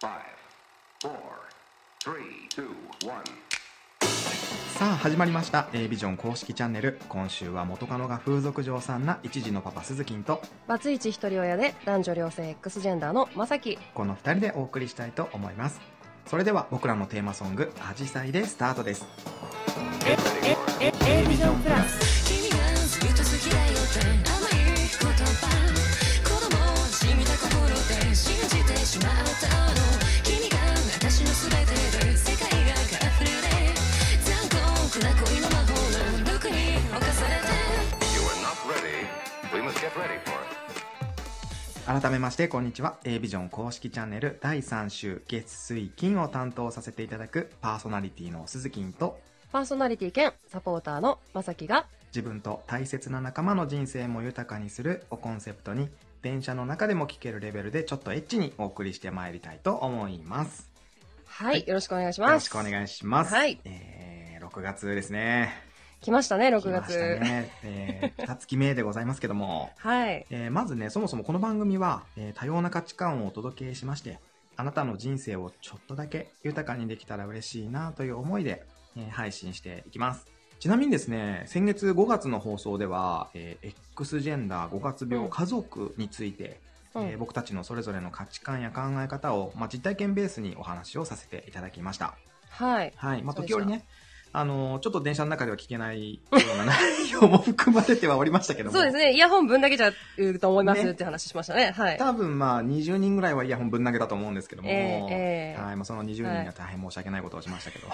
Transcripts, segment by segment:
Five, four, three, two, one. さあ始まりました「A ビジョン公式チャンネル今週は元カノが風俗嬢さんな一児のパパ鈴木とバツイチ一人親で男女両性 X ジェンダーのまさきこの2人でお送りしたいと思いますそれでは僕らのテーマソング「アジサイ」でスタートです A ビジョンプラス君がずっと好きだよって甘い言葉子供をじみた心で信じてしまったの君が私の全てで世界がカラフルで残酷な恋の魔法の毒に侵されて If you are not ready, we must get ready for it. 改めましてこんにちは A ビジョン公式チャンネル第3週月水金を担当させていただくパーソナリティの鈴木とパーソナリティ兼サポーターのまさきが自分と大切な仲間の人生も豊かにするをコンセプトに電車の中でも聴けるレベルでちょっとエッチにお送りしてまいりたいと思いますはい、はいよろしくお願いしよろましすくお願いします。はいえー、6月ですね。来ましたね6来ました月、ね。えー、2月目でございますけども。はいえー、まずね、そもそもこの番組は、えー多様な価値観をお届けしまして、あなたの人生をちょっとだけ豊かにできたら嬉しいなという思いで、えー配信していきます。ちなみにですね、先月5月の放送では、えー X ジェンダー5月う病ん家族について、うんえー僕たちのそれぞれの価値観や考え方を、まあ、実体験ベースにお話をさせていただきました。はいはい。まあ、そうで時し折たね、あのーちょっと電車の中では聞けないような内容も含まれてはおりましたけども。そうですねイヤホン分だけじゃうと思います、ねって話しましたねはい多分まあ、20人ぐらいはイヤホンぶん投げたと思うんですけども。ええええはい。まあ、その20人には大変申し訳ないことをしましたけど。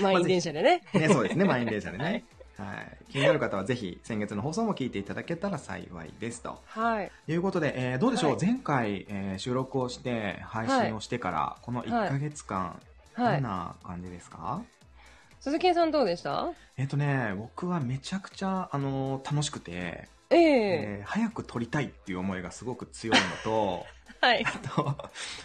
満員電車でねね、そうですね。満員電車でね。はい。気になる方はぜひ、先月の放送も聞いていただけたら幸いです。とはいいうことで、えーどうでしょう、はい前回、えー収録をして、配信をしてから、この1ヶ月間、はどんいな感じですか鈴木さんどうでしたえっ、とね、僕はめちゃくちゃ、あのー楽しくて、えええー早く撮りたいっていう思いがすごく強いのと はいあと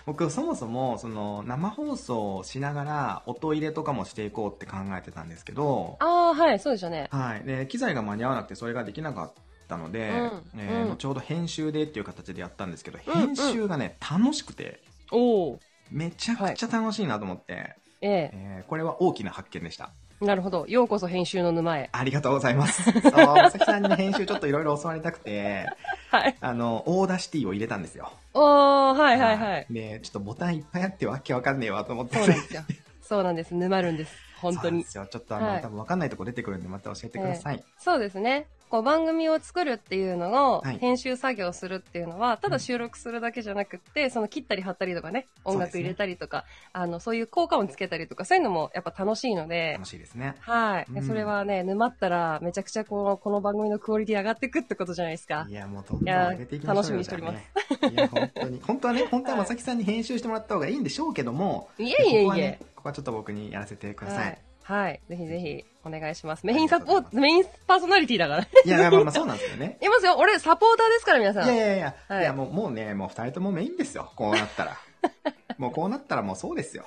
僕そもそもその生放送をしながら音入れとかもしていこうって考えてたんですけど、ああはいそうでしたねはい、で機材が間に合わなくてそれができなかったので、うんえーうん後ほど編集でっていう形でやったんですけどうんう編ん集がね楽しくておおめちゃくちゃ楽しいなと思って、えええーこれは大きな発見でした。なるほどようこそ編集の沼へありがとうござい ます。そう、まさきさんに編集ちょっといろいろ教わりたくて、はいあの、オーダーシティを入れたんですよ。おおはいはいはい、で、ちょっとボタンいっぱいあってわけわかんねえわと思って。そうなんですよそうなんです沼るんです本そ当うなんにですよ。ちょっとあの、はい多分わかんないとこ出てくるんで、また教えてください。そうですね。こう番組を作るっていうのをはい編集作業するっていうのは、ただ収録するだけじゃなくって、その切ったり貼ったりとかね、そう音ですね楽入れたりとか、あの、そういう効果音つけたりとか、そういうのもやっぱ楽しいので、楽しいですね。はい、でうんそれはね、沼ったらめちゃくちゃこの、この番組のクオリティ上がってくってことじゃないですかい。や、もうどんどん上げていきましょうよいや楽しみにしておりますじゃあねいや、本当に。本当はね、本当はまさきさんに編集してもらった方がいいんでしょうけども、いえいえここいはねえ。ここはちょっと僕にやらせてくださはいい。。はい。ぜひぜひ、お願いします。りメがとイうンございますサポート、メインパーソナリティだから。 いや、まあまあそうなんですよね。いますよ俺サポーターですから、皆いさやいん。やいや、、はいいやもうもうね、もう二人ともメインですよ。こうな ったら。もうこうなったらもうそうですよ。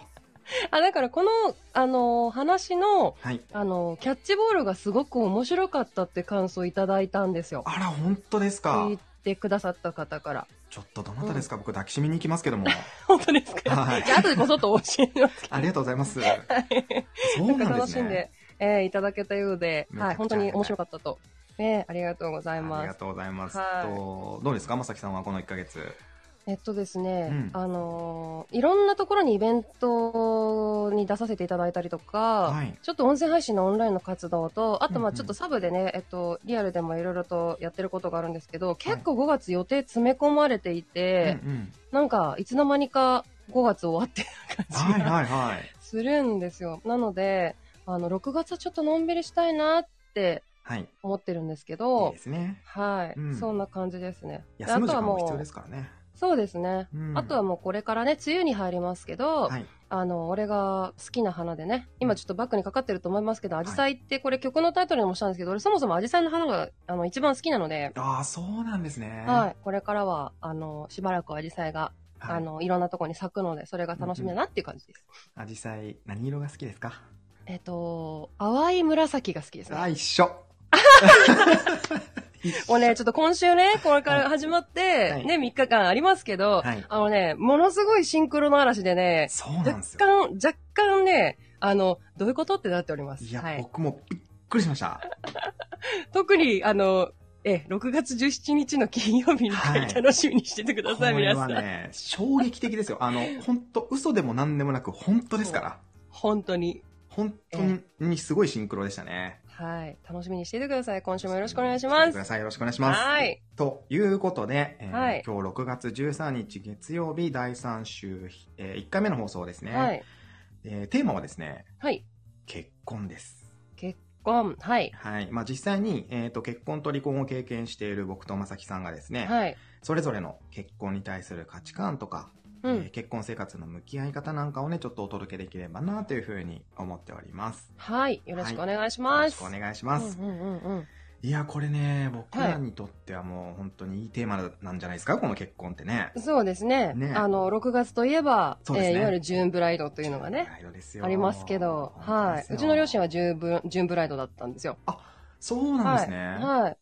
あ、だからこの、あのー話の、はい。あの、キャッチボールがすごく面白かったって感想いただいたんですよ。あら、本当ですか聞。いてくださった方 から。ちょっとどなたですか、僕抱きしめに行きますけども。本当ですか、はいじゃあ、後でこそっと教えますけど。ありがとうございます。そうなんなかんで楽すしんね。で、えーいただけたようで、めちゃくちゃはい、本当に面白かったと。ね、ありがとうござあいりがます。とうございます。はいとどうですか、まさきさんはこの1ヶ月。えっとですね、うんあのーいろんなところにイベントに出させていただいたりとか、はい。ちょっと音声配信のオンラインの活動と、あとまうあんうんちょっとサブでね、えっと、リアルでもいろいろとやってることがあるんですけど、結構5月予定詰め込まれていて、うんうんなんか、いつの間にか5月終わってる感はじいがはいはい。するんですよ。なので、あの、6月はちょっとのんびりしたいなってはい。い思ってるんですけいどで、すね。はい、うんそんな感じですね。で休む時あとは間ももう必要ですからね。そうですね。うんあとはもうこれからね、梅雨に入りますけど、はい。あの、俺が好きな花でね、今ちょっとバックにかかってると思いますけど、アジサイってこれ曲のタイトルにもしたんですけど、俺そもそもアジサイの花があの一番好きなので、ああ、そうなんですね。はい、これからは、あの、しばらくアジサイが、はい。あの、いろんなとこに咲くので、それが楽しみだなっていう感じです。アジサイ、何色が好きですかえっと、淡い紫が好きですね。あ、一緒。もうね、ちょっと今週ね、これから始まって、はいね、3日間ありますけど、はいあのね、ものすごいシンクロの嵐でね、そうなん若ですよ。干、若干ね、あの、どういうことってなっております。いや、はい、僕もびっくりしました。特に、あの、え、6月17日の金曜日にはい楽しみにしててくだこさい、れ皆さはん。ね、衝撃的ですよ。あの、本当嘘でも何でもなく、本当ですから。本当に。本当ににすごいシンクロでしたね。はい。楽しみにしていてください。今週もよろしくお願いしまくす。ださい。よろしくお願いします。はい。ということで、えーはい今日6月13日月曜日第3週、え1回目の放送ですね、はい。えーテーマはですね、はい。結婚です。結婚。はい。はい。まあ、実際に、えっ、と、結婚と離婚を経験している僕とまさきさんがですね、はい。それぞれの結婚に対する価値観とか、うえーん。結婚生活の向き合い方なんかをね、ちょっとお届けできればなというふうに思っております。はい。よろしくお願いしよろましす。くお願いします。うんうんうんうん。いや、これね、僕らにとってはもう本当にいいテーマなんじゃないですか、この結婚ってね。そうですね。ねあの、6月といえば、そうですねえーいわゆるジューンブライドというのがね、ライドですよありますけど、本当はですい。ようちの両親はジューブジューンブライドだったんですよ。そうなんですね。はい。はい。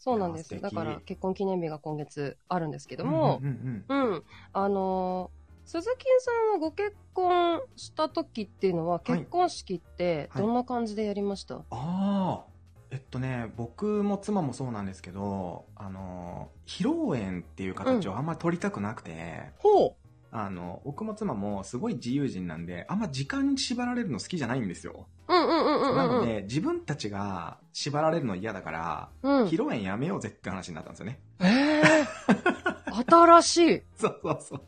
そうなんでいすやよ。素だ敵から、結婚記念日が今月あるんですけどうんも、うんうんうんあのー鈴木さんはご結婚した時っていうのは、い結婚式ってはいどんな感じでやりました、ああ、えっとね、僕も妻もそうなんですけど、あの、披露宴っていう形をあんまり取りたくなくて、ほうあの、僕も妻もすごい自由人なんで、あんま時間に縛られるの好きじゃないんですよ。うんうんうんうんうん。なので、自分たちが縛られるの嫌だから、うん披、露宴やめようぜって話になったんですよね。えー、新しい。そうそうそう。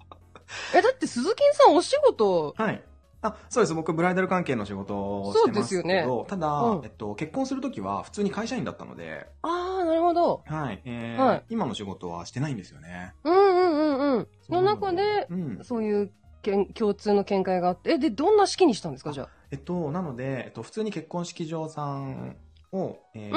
え、だって鈴木さんお仕事、はい。あ、そうです。僕、ブライダル関係の仕事をしてますけど、そうですただ、うんえっと、結婚するときは普通に会社員だったので、ああ、なるほど。はい、えーはい今の仕事はしてないんですよね。うんうんうんうん。の中で、うん。そういうけん共通の見解があって、え、で、どんな式にしたんですか、じゃあ。えっと、なので、えっと、普通に結婚式場さんを、え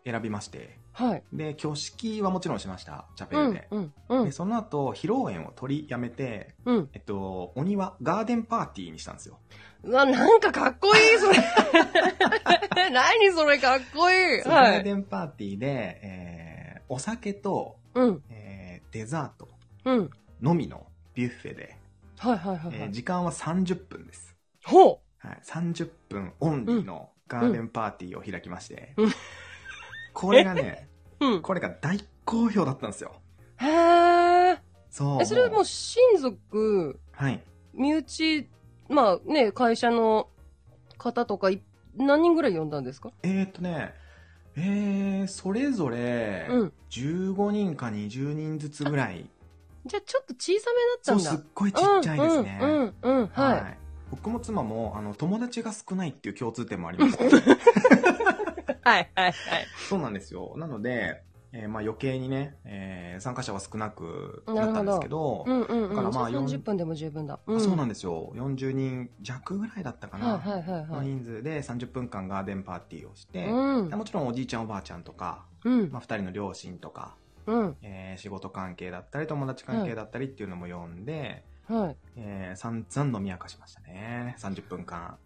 ーう選びまして、はい。で、挙式はもちろんしました。チャペうルんで。うんうで、んその後、披露宴を取りやめて、うん。えっと、お庭、ガーデンパーティーにしたんですよ。うわ、なんかかっこいい、そ れ。何それ、かっこいい。そうガはーい。デンパーティーで、えーお酒と、うんえーデザートうん。のみのビュッフェで、はいはいはえいはーい。時間は30分です。ほはい、30分オンリーのガーデンパーティーを開きまして、うんこれがね、う。うん。これが大好評だったんですよ。へえ。そう。え、それはもう親族、はい。身内、まあね、会社の方とかい、何人ぐらい呼んだんですかえー、っとね、えー、それぞれ、うん。 15人か20人ずつぐらい。じゃあちょっと小さそめだう、ったすんっだ。ごいちっちゃいですね。うんうんうん、うんはい。僕も妻も、あの、友達が少ないっていう共通点もありまして、はいはいはい。そうなんですよ。なので、えーまあ余計にね、えー参加者は少なくなったんですけど、うんうんうん。だからまあじゃ30分でも十分だ。あそうなんんですよ。40人弱ぐらいだったかな、はいはいはいはのい。人数で30分間ガーデンパーティーをして、うんで。もちろんおじいちゃんおばあちゃんとか、うんま。あ、2人の両親とか、うん。えー仕事関係だったり友達関係だったりっていうのも呼んで、はい。えー散々飲み明かしましたね30分 間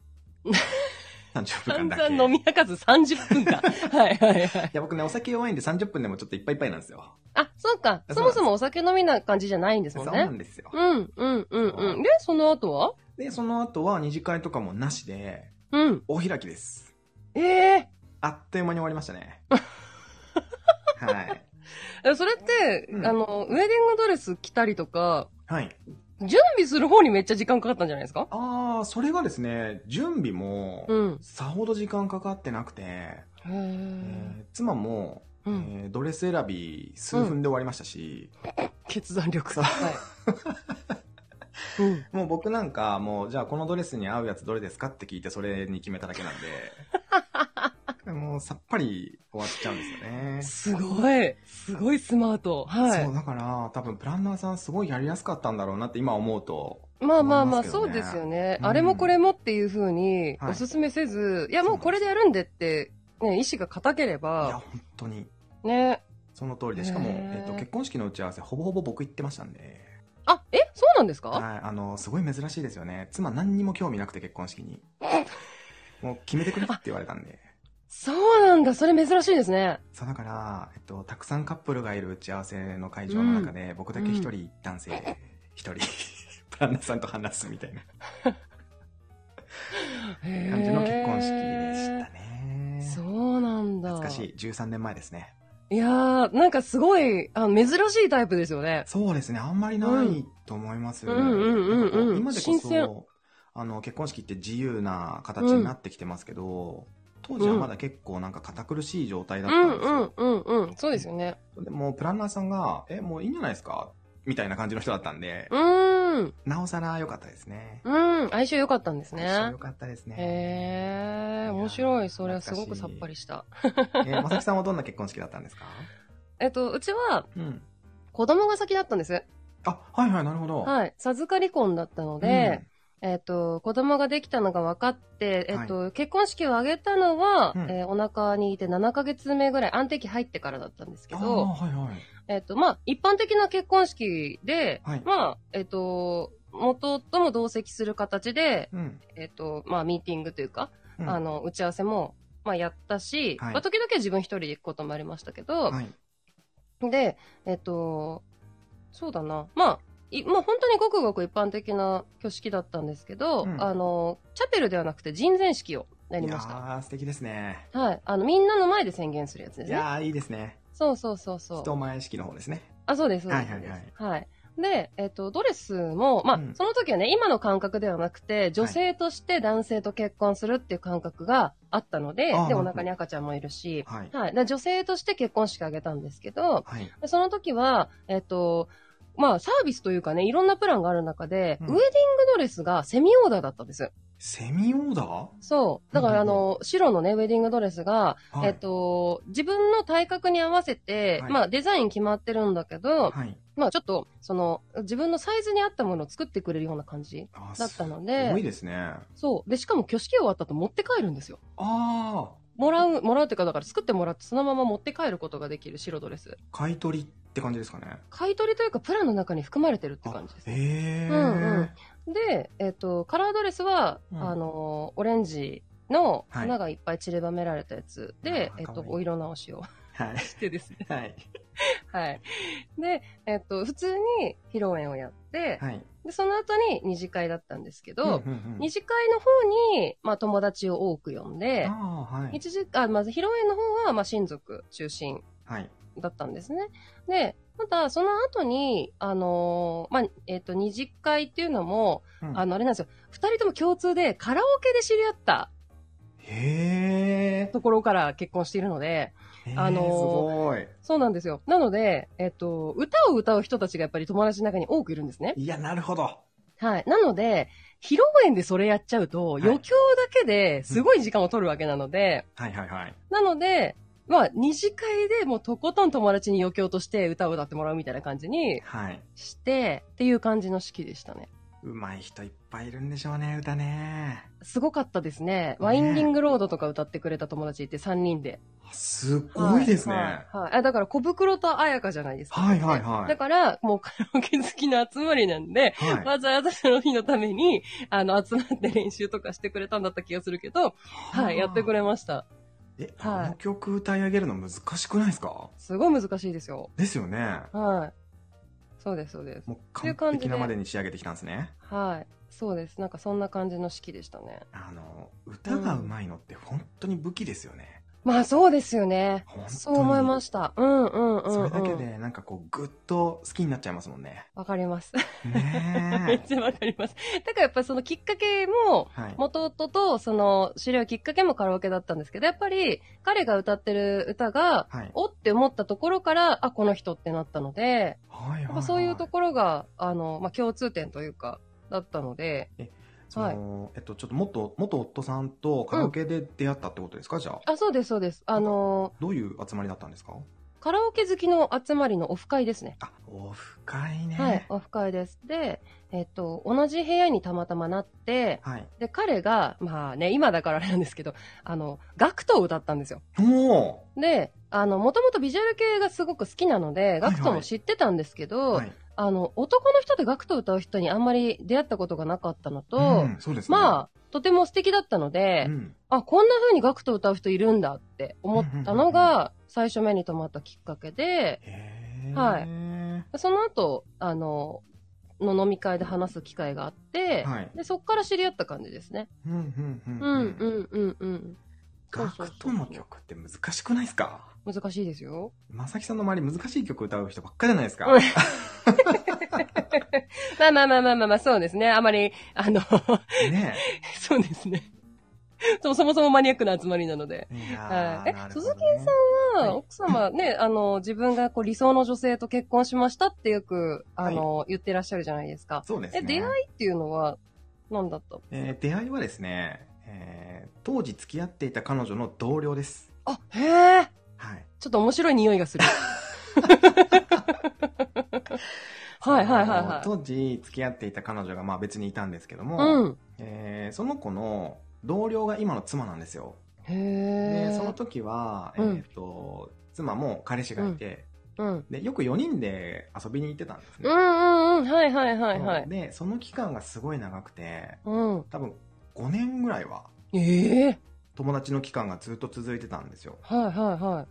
30分間散だけ々飲み明かず30分か。 はいはいはい。いや僕ねお酒弱いんで30分でもちょっといっぱいいっぱいなんですよあ、そうか。そもそもお酒飲みな感じじゃないんですそもうんなね。んですよ、うんうんうんうん。で、その後はでその後は二次会とかもなしでうん。お開きですええあっという間に終わりました ねはいえそれって、うんあの、ウェディングドレス着たりとか、はい準備する方にめっちゃ時間かかったんじゃないですかああそれがですね準備もうん。さほど時間かかってなくて、へええ。ー妻も、うん。えードレス選び数分で終わりましたし、決断力。そうはい。うん。 もう僕なんかもうじゃあこのドレスに合うやつどれですかって聞いてそれに決めただけなん でもうさっぱり終わっちゃうんですよね。すごい。すごいスマート。はいそう。だから多分プランナーさんすごいやりやすかったんだろうなって今思うとまあまあまあ、思いますけどそねうですよね。うんあれもこれもっていう風に、はいおすすめせず、いやもうこれでやるんでって、ね、意志が固けれいやば、本当にね。その通りでしかも、へえーっと結婚式の打ち合わせほぼほぼ僕行ってましたんで、あ、えそうなんですかはい、あのすごい珍しいですよね妻何にも興味なくて結婚式にもう決めてくれって言われたんでそうなんだ。それ珍しいですね。そうだから、えっと、たくさんカップルがいる打ち合わせの会場の中で、僕だけ一人、男性一人 プランナーさんと話すみたいな感感じの結婚式でしたね、そうなんだ。懐かしい13年前ですねい。いやー、なんかすごい、あ珍しいタイプですよね。そうですねあんまりないと思います、うんうんうんうんうんなんかこ今新でこ鮮そあの結婚式って自由な形になってきてますけど、当時はまだ結構なんか堅苦しい状態だうったんんですよ、うんうんうん。そうですよね。でも、プランナーさんが、え、もういいんじゃないですかみたいな感じの人だったんでう、ーん。なおさら良かったですね。うん。相性良かったんです相性ね良。かったですね。へえ、面白い。それはすごくさっぱりした。え、まさきさんはどんな結婚式だったんですかえっと、うちはうん。子供が先だったんです。あ、はいはい、なるほど。はい。授かり婚だったので、えっと、子供ができたのが分かって、えっと、結婚式を挙げたのは、うんえーお腹にいて7ヶ月目ぐらい、安定期入ってからだったんですうけん、ど、あーはいはい。えっ、と、まあ、一般的な結婚式で、はいまあ、えっ、と、元とも同席する形で、うん。えっ、と、まあ、ミーティングというか、うんあ、の、打ち合わせも、まあ、やったし、はいまあ、時々は自分一人で行くこともありましたけど、はい。で、えっ、と、そうだな、まあ、いまあ、本当にごくごく一般的な挙式だったんですけど、うんあの、チャペルではなくて人前式をやいりやました。ー、素敵ですね。はい。あの、みんなの前で宣言するやつでいすね。やー、いいですね。そうそうそうそう。人前式の方ですね。あ、そうです、そうです。はいそはいうはでいすはい。で、えっと、ドレスも、まあ、うんその時はね、今の感覚ではなくて、女性として男性と結婚するっていう感覚があったので、あーで、なるおほど腹に赤ちゃんもいるし、はい。はい。で女性として結婚式あげたんですけど、はい。でその時は、えっと、まあ、サービスというかね、いろんなプランがある中で、うんウェディングドレスがセミオーダーだったんです。セミオーダーはそう。だかうんら、あうんうんの、白のね、ウェディングドレスが、いえっ、と、自分の体格に合わせて、はいまあ、デザイン決まってるんだけど、はい。まあちょっと、その、自分のサイズに合ったものを作ってくれるような感じあーだったのすごいで、ですね。あそう。で、しかも挙式終わったと持って帰るんですよ。あもらう、もらうっていうか、だから作ってもらってそのまま持って帰ることができる白ドレス。ー、買い取りって感じですかね。買い取りというか、プランの中に含まれてるって感じです。あへえ。うんうんで、えっ、と、カラードレスは、うんあのー、オレンジのはい花がいっぱい散りばめられたやつで、あーえっかわとい、いお色直し をはい。してですね。はい。はい。で、えっ、と、普通に披露宴をやって、はい。で、その後に二次会だったんですけど、うんうんうん二次会の方に、まあ、友達を多く呼んで、ああ、はい。一時あまず披露宴の方は、まあ、親族中心はい。だったんですね。で、ただ、その後に、あのーまあ、えっ、と、二次会っていうのも、うんあの、あれなんですよ。二人とも共通で、カラオケで知り合ったへえ。ところから結婚しているので、へーあのーすごい。そうなんですよ。なので、えっ、と、歌を歌う人たちがやっぱり友達の中に多くいるんですね。いや、なるほど。はい。なので、披露宴でそれやっちゃうと、い余興だけですごい時間を取るわけなので、はいはいはい。なので、まあ、二次会でもうとことん友達に余興として歌を歌ってもらうみたいな感じにはい。して、っていう感じの式でしたね。うまい人いっぱいいるんでしょうね、歌ね。すごかったですね。ワインディングロードとか歌ってくれた友達いて3人で。あすごいですね。は。はいはいあだから小袋と彩香じゃないですか。いはいはだから、もうカラオケ好きの集まりなんで、い。はい。わざわざその日のために、あの、集まって練習とかしてくれたんだった気がするけど、はい、やってくれ。れました。え、こはいの曲歌い上げるの難しくないですかすごい難しいですよ。ですよね。はい。そうです、そうです。もう完璧なまでに仕上げてきたんですね。はい。そうです。なんかそんな感じの式でしたね。あの、歌がうまいのって本当に武器ですよね。まあそうですよね。本当にそう思いました。うんうんうん、うん。それだけでなんかこう、ぐっと好きになっちゃいますもんね。わかります。 めっねえ。ちゃわかります。だからやっぱりそのきっかけも、 はい。元夫とその知り合うきっかけもカラオケだったんですけど、やっぱり彼が歌ってる歌が、はい。おって思ったところから、あ、この人ってなったので、はいやははっぱそういうところが、あの、まあ共通点というか、だったので、その、えっと、ちょっと元、元夫さんとカラオケで出会ったってことですか、じゃあ。あ、そうです、そうです。あの、どういう集まりだったんですかカラオケ好きの集まりのオフ会ですね。あ、オフ会ね。はい、オフ会です。で、えっと、同じ部屋にたまたまなって、はい。で、彼が、まあね、今だからあれなんですけど、あの、ガクトを歌ったんですよ。もで、あの、もともとビジュアル系がすごく好きなので、ガクトも知ってたんですけど、う、はい、あの、男の人でガクトを歌う人にあんまり出会ったことがなかったのと、うん、そうですね。まあ、とても素敵だったので、うんあ、こんな風にガクト歌う人いるんだって思ったのうんうんが、最初目に留まったきっかけで、へーはいその後、あの、の飲み会で話す機会があって、はいでそこから知り合った感じですね。うんうんうんううんんうんうんうん。ガそうクそうそトうの曲って難しくないですか難しいですよ。まさきさんの周り難しい曲歌う人ばっかじゃないですか。うんまあまあまあまあまあまあ、そうですね。あまり、あの、 ねそうですね。そうそもそもマニアックな集まりなので。え。いやはーいなるほどえね鈴木さまあはい奥様ね、あの、自分がこう理想の女性と結婚しましたってよく、あの、言ってらっしゃるじゃないですか。そうですね。え、出会いっていうのは、何だったえー出会いはですね、えー当時付き合っていた彼女の同僚です。あ、へえ、はい。ちょっと面白い匂いが する。はいはいはいあのはい。当時付き合っていた彼女がまあ別にいたんですけども、うん。えーその子の同僚が今の妻なんですよ。へで、え。その時は、えうんーっと、妻も彼氏がいて、うん。で、よく4人で遊びに行ってたんですうね。んうんうん。はいはいはいはい。で、その期間がすごい長くて、うん。多分5年ぐらいはええ。友達の期間がずっと続いてたんですよ。はいはいは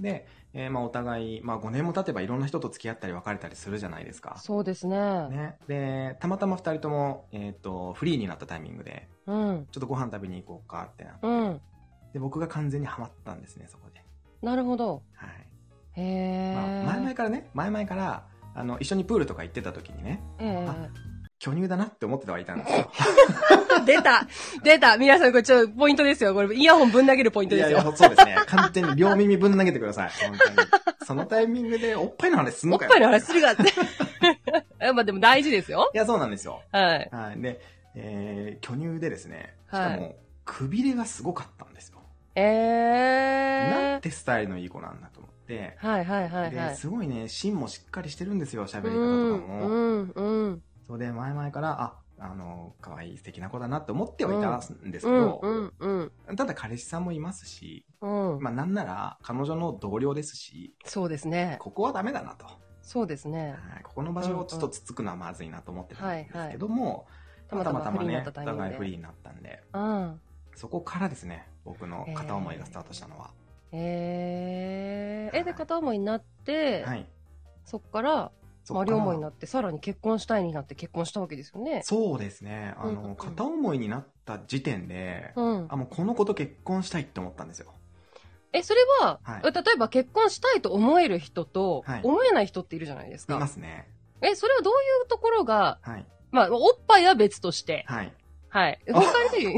い。で、えーまあお互い、まあ5年も経てばいろんな人と付き合ったり別れたりするじゃないですか。そうですね。ね。で、たまたま2人とも、えーっ、と、フリーになったタイミングで、うん。ちょっとご飯食べに行こうかってなってうん。で、僕が完全にハマったんですね、そこで。なるほど。はい。へまあ、前々え。からね、前々から、あの、一緒にプールとか行ってた時にね、ええ。巨乳だなって思ってたはいたんですよ。出た出た皆さん、これちょっとポイントですよ。これ、イヤホンぶん投げるポイントいでやいすよ。や、そうですね。完全に両耳ぶん投げてください。本当に。そのタイミングでおっぱいの話すんおのっかよ。ぱいの話いするがって。 えまあでも大事ですよ。や、そうなんですよ。はい。はい。で、えー、巨乳でですね、しはいかも、くびれがすごかったんですよ。えなんえてスタイルのいい子なんだと思って。はいはいはいはで、い。すごいね、芯もしっかりしてるんですよ、喋うり方とん、かうも。ん、うん。それで、前々から、あ、あの、可愛い素敵な子だなって思ってはいたんですうけんど、、うん、うん。ただ彼氏さんもいますし、うん、まあなんなら彼女の同僚ですし、そうですね。ここはダメだなと。そうですね。はいここの場所をちょっとつつくのはまずいなと思ってたんですけども、たまたまフリーにねなっ、おたタイミン互いグフリーで。になったんで、うん。そこからですね、僕の片思いがスタートしたのは。えええ、で、片思いになって、はい。そっから、そまこあ、から両思いになって、さらに結婚したいになって結婚したわけですよね。そうですね、あうんうんうの、ん片思いになった時点で、うんあ、。もうこの子と結婚したいって思ったんですよ。え、それは、はい例えば結婚したいと思える人と、はい思えない人っているじゃないですいか。ますね。え、それはどういうところが、はい。まあ、おっぱいは別として、 はい。はい。他に、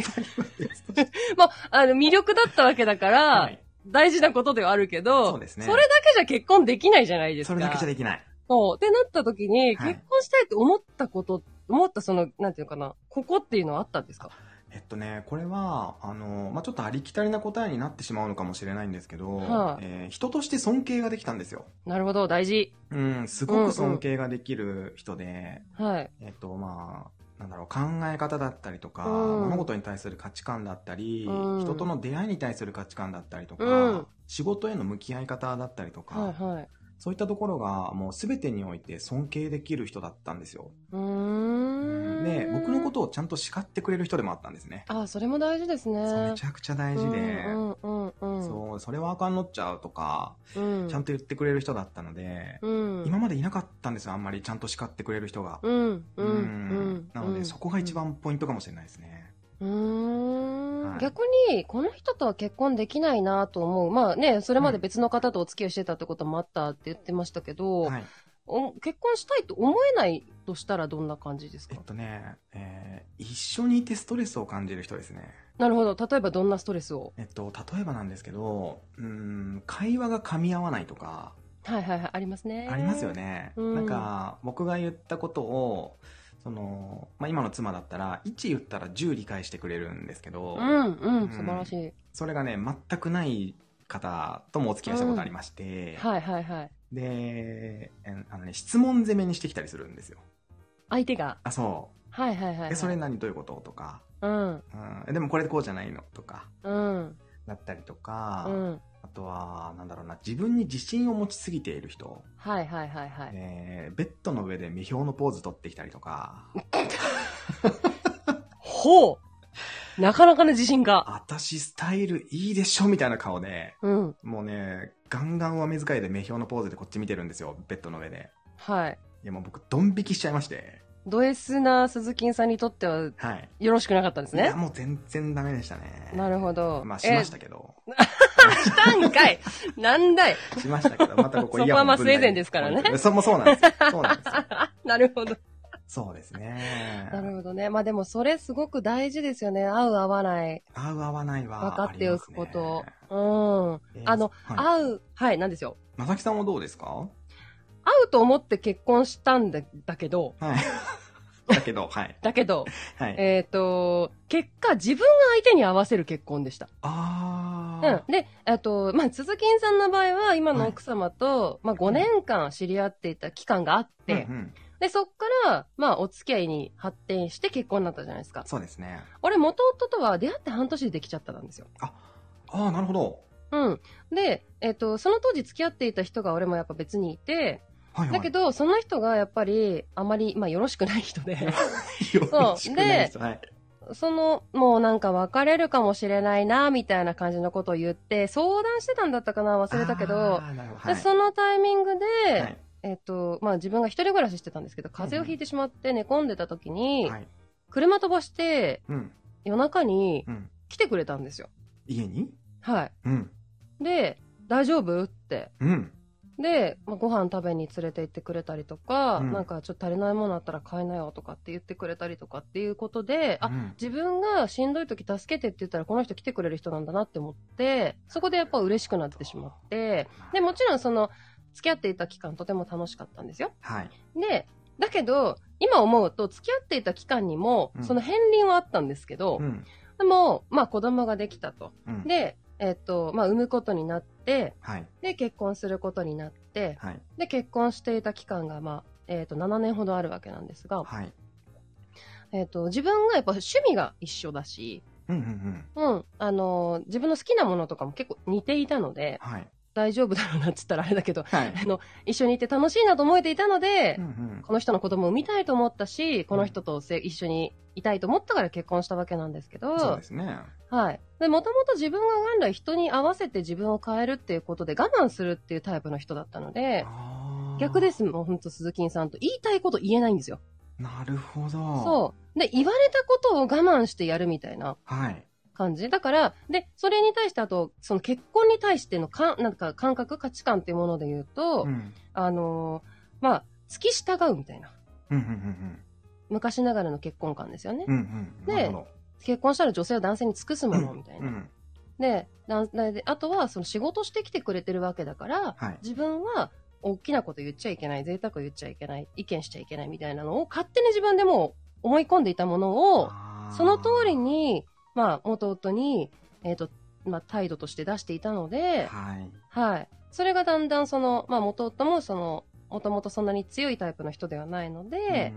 まあ、あの、魅力だったわけだから、はい大事なことではあるけど、そうですねそれだけじゃ結婚できないじゃないですか。それだけじゃできない。そう。ってなった時に、はい結婚したいと思ったこと、思ったその、なんていうのかな、ここっていうのはあったんですかえっとね、これは、あの、まあ、ちょっとありきたりな答えになってしまうのかもしれないんですけど、はいえー人として尊敬ができたんですよ。なるほど、大事。うん、すごく尊敬ができる人で、はい。えっと、まあ、なんだろう、考え方だったりとか、うん物事に対する価値観だったり、うん人との出会いに対する価値観だったりとか、うん仕事への向き合い方だったりとか、はい、はい。そういったところがもう全てにおいて尊敬できる人だったんですよ。うーん。で、僕のことをちゃんと叱ってくれる人でもあったんですね。あ、それも大事ですね。そうめちゃくちゃ大事で、うんうんうんうん、そう、それはあかんのっちゃうとか、うん、ちゃんと言ってくれる人だったので、うん、今までいなかったんですよ、あんまりちゃんと叱ってくれる人が。うんうんううんん、なので、そこが一番ポイントかもしれないですね。うーん、はい逆にこの人とは結婚できないなと思うまあねそれまで別の方とお付き合いしてたってこともあったって言ってましたけど、はい。お結婚したいと思えないとしたらどんな感じですえかっとね、えー一緒にいてストレスを感じる人ですね。なるほど例えばどんなストレスをえっと、例えばなんですけど、うーん、会話が噛み合わないとか、はいはいはいありますねありますよね。うんなんか、僕が言ったことを、その、まあ、今の妻だったら、1言ったら10理解してくれるんですけど、うんううんん素晴らしい、それがね、全くない方ともお付き合いしたことありまして、はいはいはいで、えあのね、質問攻めにしてきたりするんですよ。相手があ、そはいはいはい、はう。い、え、それ何どういうこととか、うんうんえ、でもこれでこうじゃないのとか、うんだったりとか、うんあとは、なんだろうな、自分に自信を持ちすぎている人、はいはいはいはいえーベッドの上で目標のポーズ取ってきたりとか、ほうなかなかの自信が。私スタイルいいでしょみたいな顔で、うん。もうね、ガンガン上目遣いで目標のポーズでこっち見てるんですよ、ベッドの上で。はい。いやもう僕、ドン引きしちゃいまして。ド S な鈴木さんにとってははい。よろしくなかったんでいすねや、。もう全然ダメでしたね。なるほど。まあ、しましたけど。えしたんか いなんだいしましたけど、またここそこはイヤホンまあぶん投げてスウェーデンですからねそもそうなんですよ。そうなんですよ。なるほど。そうですね。なるほどね。まあでもそれすごく大事ですよね。合う合わない。合う合わないは、分かっておくこと。うん。あありまの、すね、はい、合う、はい、なんですよ。まさきさんはどうですか合うと思って結婚したんだだけど、はい。だけど、はい。だ けど、はい。えっ、と、結果自分が相手に合わせる結婚でした。あうーん。。で、えっと、まあ、鈴木さんの場合は、今はのい奥様と、まあ、5年間知り合っていた期間があって、うんうんで、そっから、まあ、お付き合いに発展して結婚になったじゃないですか。そうですね。俺、元夫とは出会って半年でできちゃったんですよ。ああ、なるほど。うん。で、えっと、その当時付き合っていた人が俺もやっぱ別にいて、はい、はい。だけど、その人がやっぱり、あまり、まあ、よろしくない人 で、よろしくない人、はい。その、もうなんか別れるかもしれないな、みたいな感じのことを言って、相談してたんだったかな忘れたけどあ、ー、なるほどでそのタイミングで、はいえっと、まあ自分が一人暮らししてたんですけど、風邪をひいてしまって寝込んでた時に、はい。車飛ばしてうん。夜中にうん。来てくれたんですよ。家にはうん。い。で、大丈夫って。うん。で、まあ、ご飯食べに連れて行ってくれたりとか、うんなんかちょっと足りないものあったら買いなよとかって言ってくれたりとかっていうことで、うあ、ん自分がしんどい時助けてって言ったらこの人来てくれる人なんだなって思って、そこでやっぱ嬉しくなってしまって、で、もちろんその、付き合っていた期間とても楽しかったんですよ。はい。で、だけど、今思うと、付き合っていた期間にもう、んその片鱗はあったんですけど、うん。でも、まあ子供ができたと。うん、で、えっと、まあ産むことになって、はい。で、結婚することになって、はい。で、結婚していた期間が、まあ、えっと、7年ほどあるわけなんですが、はい。えっと、自分がやっぱ趣味が一緒だし、うんうんうん。うん、あのー、自分の好きなものとかも結構似ていたので、はい。大丈夫だろうなって言ったらあれだけど、はい。あの、一緒にいて楽しいなと思えていたので、うんうんこの人の子供を産みたいと思ったし、この人とせ一緒にいたいと思ったから結婚したわけなんですけそうどで、すね。。はい。で、もともと自分が元来人に合わせて自分を変えるっていうことで我慢するっていうタイプの人だったので、逆ですすもん、ほんと鈴木さんと。言いたいこと言えないんですよ。なるほど。そう。で、言われたことを我慢してやるみたいなはい。感じ。だから、で、それに対してあと、その結婚に対してのかん、なんか感覚、価値観っていうもので言うと、うん。あのーまあ、付き従うみたいな。うんうん昔ながらの結婚観ですよね。うんうん。うんうん。でなるほ結婚したら女性は男性に尽くすものみたいど。うな。ん。で、男であとはその仕事してきてくれてるわけだから、はい。自分は大きなこと言っちゃいけない、贅沢言っちゃいけない、意見しちゃいけないみたいなのを勝手に自分でもう思い込んでいたものを、あーその通り。に、まあ、元夫に、えっ、と、まあ、態度として出していたので、はい。はい。それがだんだんその、まあ、元夫もその、もともとそんなに強いタイプの人ではないので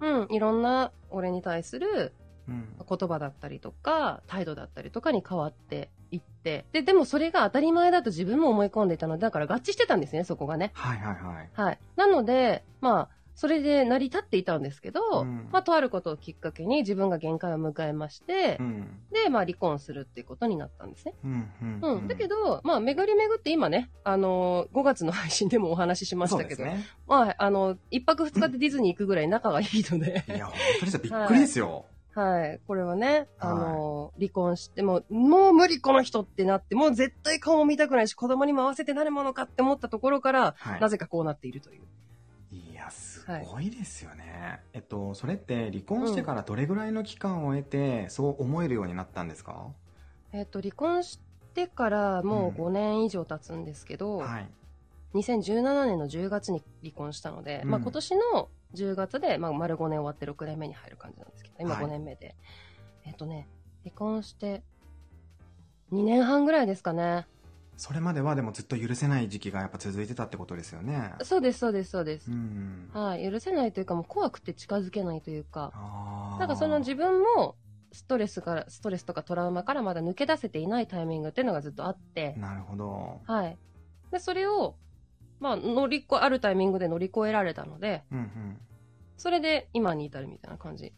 う、んうん、いろんな俺に対するうん言葉だったりとか態度だったりとかに変わっていってででもそれが当たり前だと自分も思い込んでいたのでだから合致してたんですねそこがねはいはいはい。はいなのでまあそれで成り立っていたんですけど、うんまあとあることをきっかけに自分が限界を迎えまして、うん。でまあ離婚するっていうことになったんですねうんうんうん、だけどまあ巡り巡って今ねあのー5月の配信でもお話ししましそうたでけすど、ね。まああの1泊2日でディズニー行くぐらい仲がいいのでいや、本当にさ、びっくりですよ。はい。これはね、あの、離婚しても、もう無理この人ってなって、もう絶対顔も見たくないし、子供にも合わせてなるものかって思ったところから、はいな。ぜかこうなっているという。いや、すごいですよね。えっと、それって離婚してうんからどれぐらいの期間を得て、そう思えるようになったんですかえっと、離婚してからもうう5年以上経つんですけど、はい。 2017年の10月に離婚したので、うんまあ今年の10月で、まあ丸5年終わって6年目に入る感じなんですけど、今はい5年目で。えっとね、離婚して2年半ぐらいですかね。それまではでもずっと許せない時期がやっぱ続いてたってことですよね。そうです、そうです、そうですう。ん。はい、許せないというかもう怖くて近づけないというか、あーなんかその自分もストレスから、ストレスとかトラウマからまだ抜け出せていないタイミングっていうのがずっとあって、なるほど。はい。で、それを、まあ、乗りこ、あるタイミングで乗り越えられたので、うんうん。それで今に至るみたいな感じ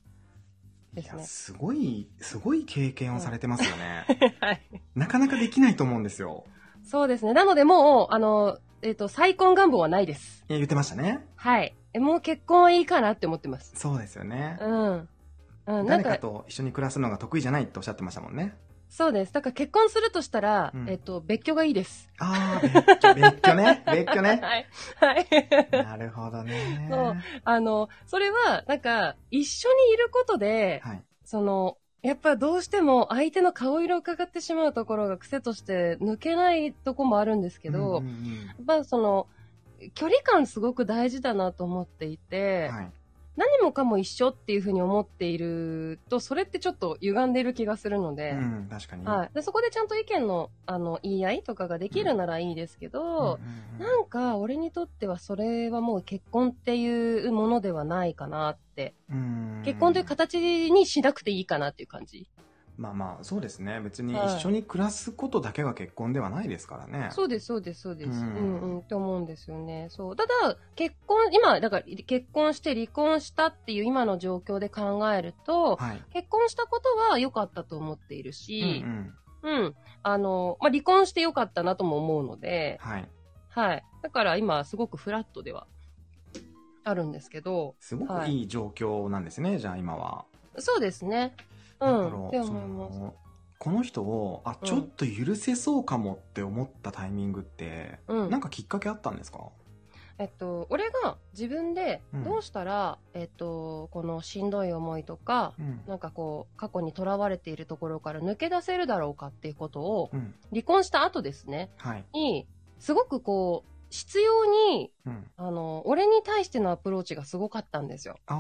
でいすや、ね。すごい、すごい経験をされてますよね。 はい。なかなかできないと思うんですよ。そうですね。なのでもう、あの、えっ、と、再婚願望はないです。え言ってましたね。はい。えもう結婚はいいかなって思ってます。そうですよねう。ん。うん、なん誰かか、と一緒に暮らすのが得意じゃないっておっしゃってましたもんね。そうです。だから結婚するとしたら、うんえっと、別居がいいです。ああ、別居、別居 ね。別居ね。はい。はい。なるほどね。そうあの、それは、なんか、一緒にいることで、はい。その、やっぱどうしても相手の顔色を伺ってしまうところが癖として抜けないとこもあるんですけど、うんやうんうんっぱその、距離感すごく大事だなと思っていて、はい。何もかも一緒っていうふうに思っていると、それってちょっと歪んでる気がするのでう、ん、確かに。はい、でそこでちゃんと意見のあの言い合いとかができるならいいですけど、うんうんうんなんか俺にとってはそれはもう結婚っていうものではないかなって、うん結婚という形にしなくていいかなっていう感じ。まあまあ、そうですね。別にはい一緒に暮らすことだけが結婚ではないですからね。そうです、そうです、そうです。ううんん、うん、って思うんですよね。そう。ただ、結婚、今、だから結婚して離婚したっていう今の状況で考えると、はい。結婚したことは良かったと思っていうるんうし、ん。うん。あの、まあ、離婚して良かったなとも思うので、はい。はい。だから今、すごくフラットではあるんですけど、すごくいい状況なんですね、じゃあ今は。そうですね。うだん。っかてら思います。そのこの人を、あ、うんちょっと許せそうかもって思ったタイミングって、うんなんかきっかけあったんですかえっと、俺が自分でうんどうしたら、えっと、このしんどい思いとか、うん。なんかこう、過去にとらわれているところから抜け出せるだろうかっていうことを、うん。離婚した後ですね、はい。に、すごくこう、必要にうん。あの、俺に対してのアプローチがすごかったんですよ。あ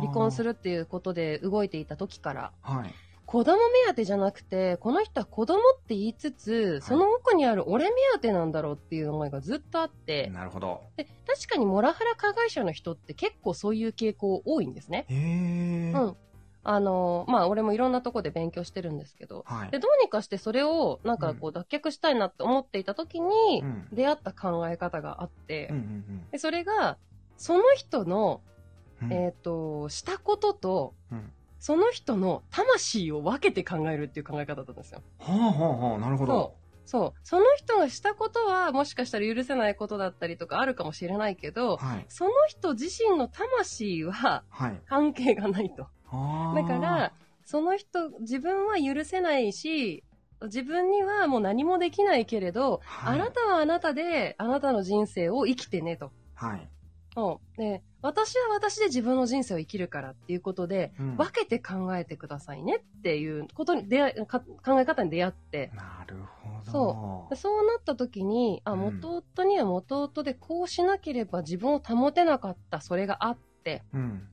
あ。離婚する。るっていうことで動いていた時から。はい。子供目当てじゃなくて、この人は子供って言いつつ、その奥にある俺目当てなんだろうっていう思いがずっとあって、なるほど。で確かにモラハラ加害者の人って結構そういう傾向多いんですね。へえ。うん。あの、まあ、俺もいろんなとこで勉強してるんですけど、はいで、。どうにかしてそれをなんかこう脱却したいなって思っていた時にう、ん。出会った考え方があってうんう、んでそれが、その人のうん。えっ、と、したことと、うんその人の魂を分けて考えるっていう考え方だったんですよ。はあはあはあ、なるほどそ。そう。その人がしたことは、もしかしたら許せないことだったりとかあるかもしれないけど、はい。その人自身の魂ははい。関係がないと。ああ。だから、その人、自分は許せないし、自分にはもう何もできないけれど、はいあなたはあなたで、あなたの人生を生きてねと。はい。そう。で、私は私で自分の人生を生きるからっていうことで、うん分けて考えてくださいねっていうことに出会いか考え方に出会って、なるほど。そそうなった時に、あ、うん元夫には元夫でこうしなければ自分を保てなかった、それがあって。うん。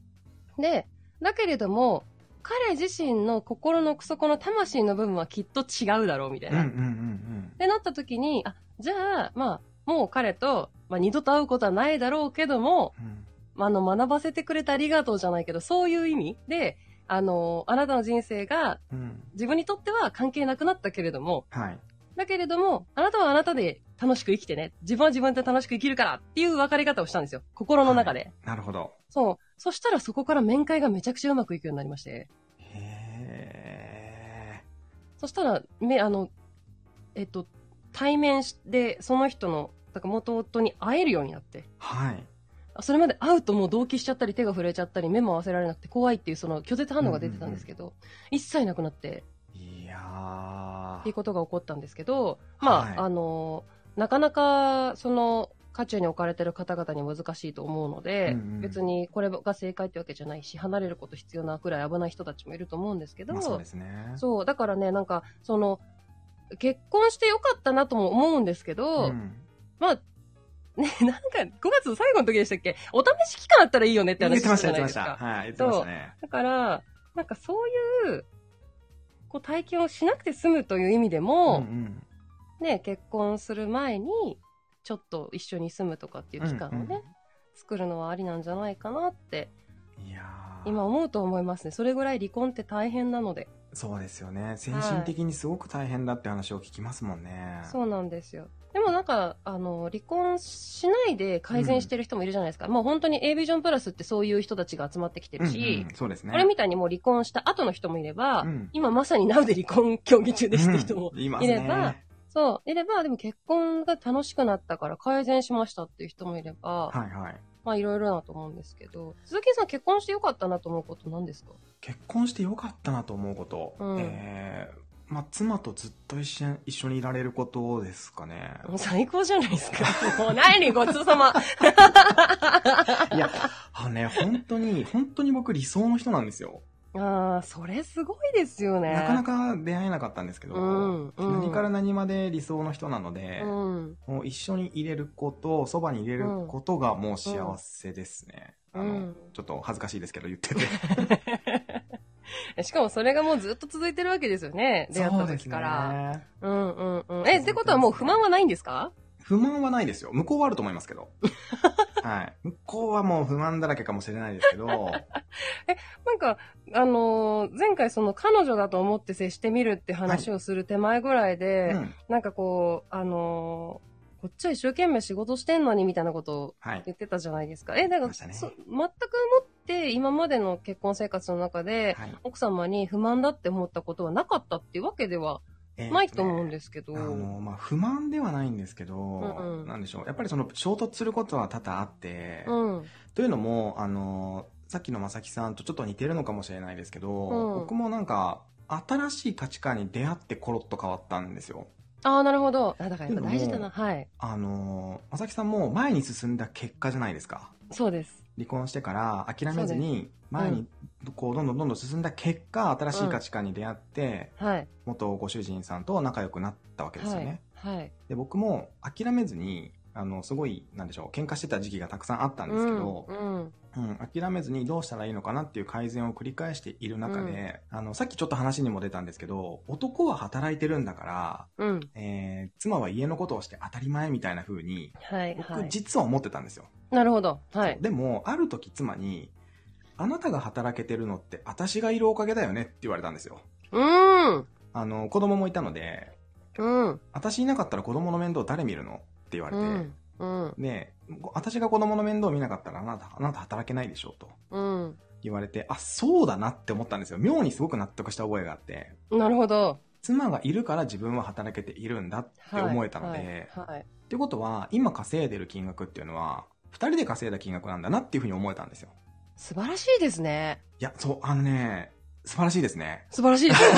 で、だけれども、彼自身の心の奥底の魂の部分はきっと違うだろうみたいうんうんな。うんうっん。てなった時に、あ、じゃあ、まあ、もう彼と、まあ二度と会うことはないだろうけども、うんあの、学ばせてくれてありがとうじゃないけど、そういう意味で、あの、あなたの人生がうん。自分にとっては関係なくなったけれども、はい。だけれども、あなたはあなたで楽しく生きてね。自分は自分で楽しく生きるからっていう別れ方をしたんですよ。心の中で。なるほど。そう。そしたらそこから面会がめちゃくちゃうまくいくようになりまして。へえ。そしたら、め、あの、えっと、対面して、その人の、だから元夫に会えるようになって。はい。それまで会うともう同期しちゃったり手が震えちゃったり目も合わせられなくて怖いっていうその拒絶反応が出てたんですけど、一切なくなっていやっていー。うことが起こったんですけど、まあ、はいあの、なかなかその渦中に置かれてる方々に難しいと思うので、うんうん別にこれが正解ってわけじゃないし、離れること必要なくらい危ない人たちもいると思うんですけど、まあそうですね。そうだからね、なんか、その、結婚してよかったなとも思うんですけど、うんまあ、ね、なんか、5月の最後の時でしたっけお試し期間あったらいいよねって言話ってました、じゃ言ってまないしですた。か。はい、言ってましたね。だから、なんかそういう、こう体験をしなくて済むという意味でうんうも、ん。ね、結婚する前に、ちょっと一緒に住むとかっていう期間をね、うんうん作るのはありなんじゃないかなって、いやー今思うと思いますね。それぐらい離婚って大変なので。そうですよね。精神的にすごく大変だって話を聞きますもんね。そうなんですよ。でもなんか、あの、離婚しないで改善してる人もいるじゃないですか。もう本当に A ビジョンプラスってそういう人たちが集まってきてるし、うんうんそうですね。これみたいにもう離婚した後の人もいれば、うん今まさにな o で離婚協議中ですって人も、うんいますいればね。そう、いれば、でも結婚が楽しくなったから改善しましたっていう人もいれば、はいはい。まあいろいろなと思うんですけど、鈴木さん結婚してよかったなと思うことなんですか結婚してよかったなと思うこと。うんえーまあ、妻とずっと一緒に一緒にいられることですかね。もう最高じゃないで すか。もう何ごちそうさま。いや、あのね、本当に、本当に僕理想の人なんですよ。ああ、それすごいですよね。なかなか出会えなかったんですけど、うんうん何から何まで理想の人なので、うん。もう一緒に入れること、そばに入れることがもう幸せですね。うんあの、うんちょっと恥ずかしいですけど言ってて。しかもそれがもうずっと続いてるわけですよね。出会った時から。うそうですね。んうんうん。え、ってことはもう不満はないんですか不満はないですよ。向こうはあると思いますけ ど。はい。向こうはもう不満だらけかもしれないですけど、なんか、あのー前回その彼女だと思って接してみるって話をする手前ぐらいで、うん。なんかこう、あのーこっちは一生懸命仕事してんのにみたいなことをはい。言ってたじゃないですか。え、だかまら、したねそ全くもって今までの結婚生活の中で、はい。奥様に不満だって思ったことはなかったっていうわけではえーないと思うんですけど。あの、まあ、不満ではないんですけど、んうんなんでしょう。やっぱりその衝突することは多々あって、うん。というのも、あの、さっきのまさきさんとちょっと似てるのかもしれないですけど、うん僕もなんか、新しい価値観に出会ってコロッと変わったんですよ。ああ、なるほど。あだからやっぱ大事だでもな。はい。あの、まさきさんも前に進んだ結果じゃないですか。そうです。離婚してから諦めずに、前にこう、どんどんどんどん進んだ結果、新しい価値観に出会って、はい。元ご主人さんと仲良くなったわけですよはね。い。はい。で、僕も諦めずに、あの、すごい、なんでしょう、喧嘩してた時期がたくさんあったんですけど、うんうんうん、諦めずにどうしたらいいのかなっていう改善を繰り返している中で、あの、さっきちょっと話にも出たんですけど、男は働いてるんだから、うん。えー、妻は家のことをして当たり前みたいな風に、はい。は僕い。実は思ってたんですよ。なるほど。はい。でも、ある時妻に、あなたが働けてるのって私がいるおかげだよねって言われたんですよ。うーん。あの、子供もいたので、うん。私いなかったら子供の面倒誰見るのって言われうて、ん。うん。で、私が子供の面倒を見なかったらあなた、あなた働けないでしょうとうん。言われて、あ、そうだなって思ったんですよ。妙にすごく納得した覚えがあって、なるほど。妻がいるから自分は働けているんだってはい。思えたので、はい。はいってことは、今稼いでる金額っていうのは、二人で稼いだ金額なんだなっていうふうに思えたんですよ。素晴らしいですね。いや、そう、あのね、素晴らしいですね。素晴らし いですよ。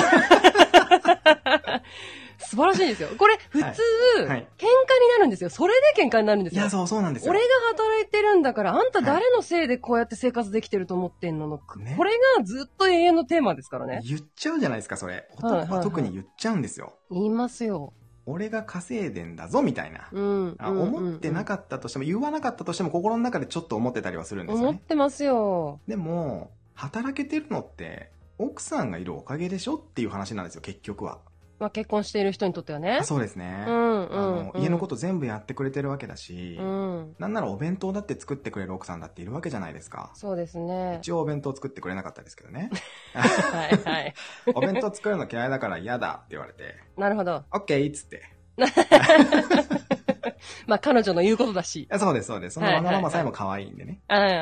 素晴らしいですよ。これ、普通、いはい喧嘩になるんですよ。それで喧嘩になるんですいよ。や、そう、そうなんですよ。俺が働いてるんだから、あんた誰のせいでこうやって生活できてると思ってんのの、ねこれがずっと永遠のテーマですからね。言っちゃうじゃないですか、それ。はいはい男は特に言っちゃうんですよ。言いますよ。俺が稼いでんだぞ、みたいな。うん。あ思ってなっかったとしても、言わなかったとしても、心の中でちょっと思ってたりはするんですよ思っね。てますよ。でも、働けてるのって、奥さんがいるおかげでしょっていう話なんですよ、結局は。まあ、結婚している人にとってはねあ。そうですね。うん、あの、うん。。家のことと全部やってくれてるわけだし、うん。なんならお弁当だって作ってくれる奥さんだっているわけじゃないですか。そうですね。一応お弁当作ってくれなかったですけど ね。はい、はい。お弁当作るの嫌いだから嫌だって言われて、なるほど。オッケーっつって。まあ、彼女の言うこと だし。あそうです、そうです。そのはいわがままさえも可愛いんでね。あはい。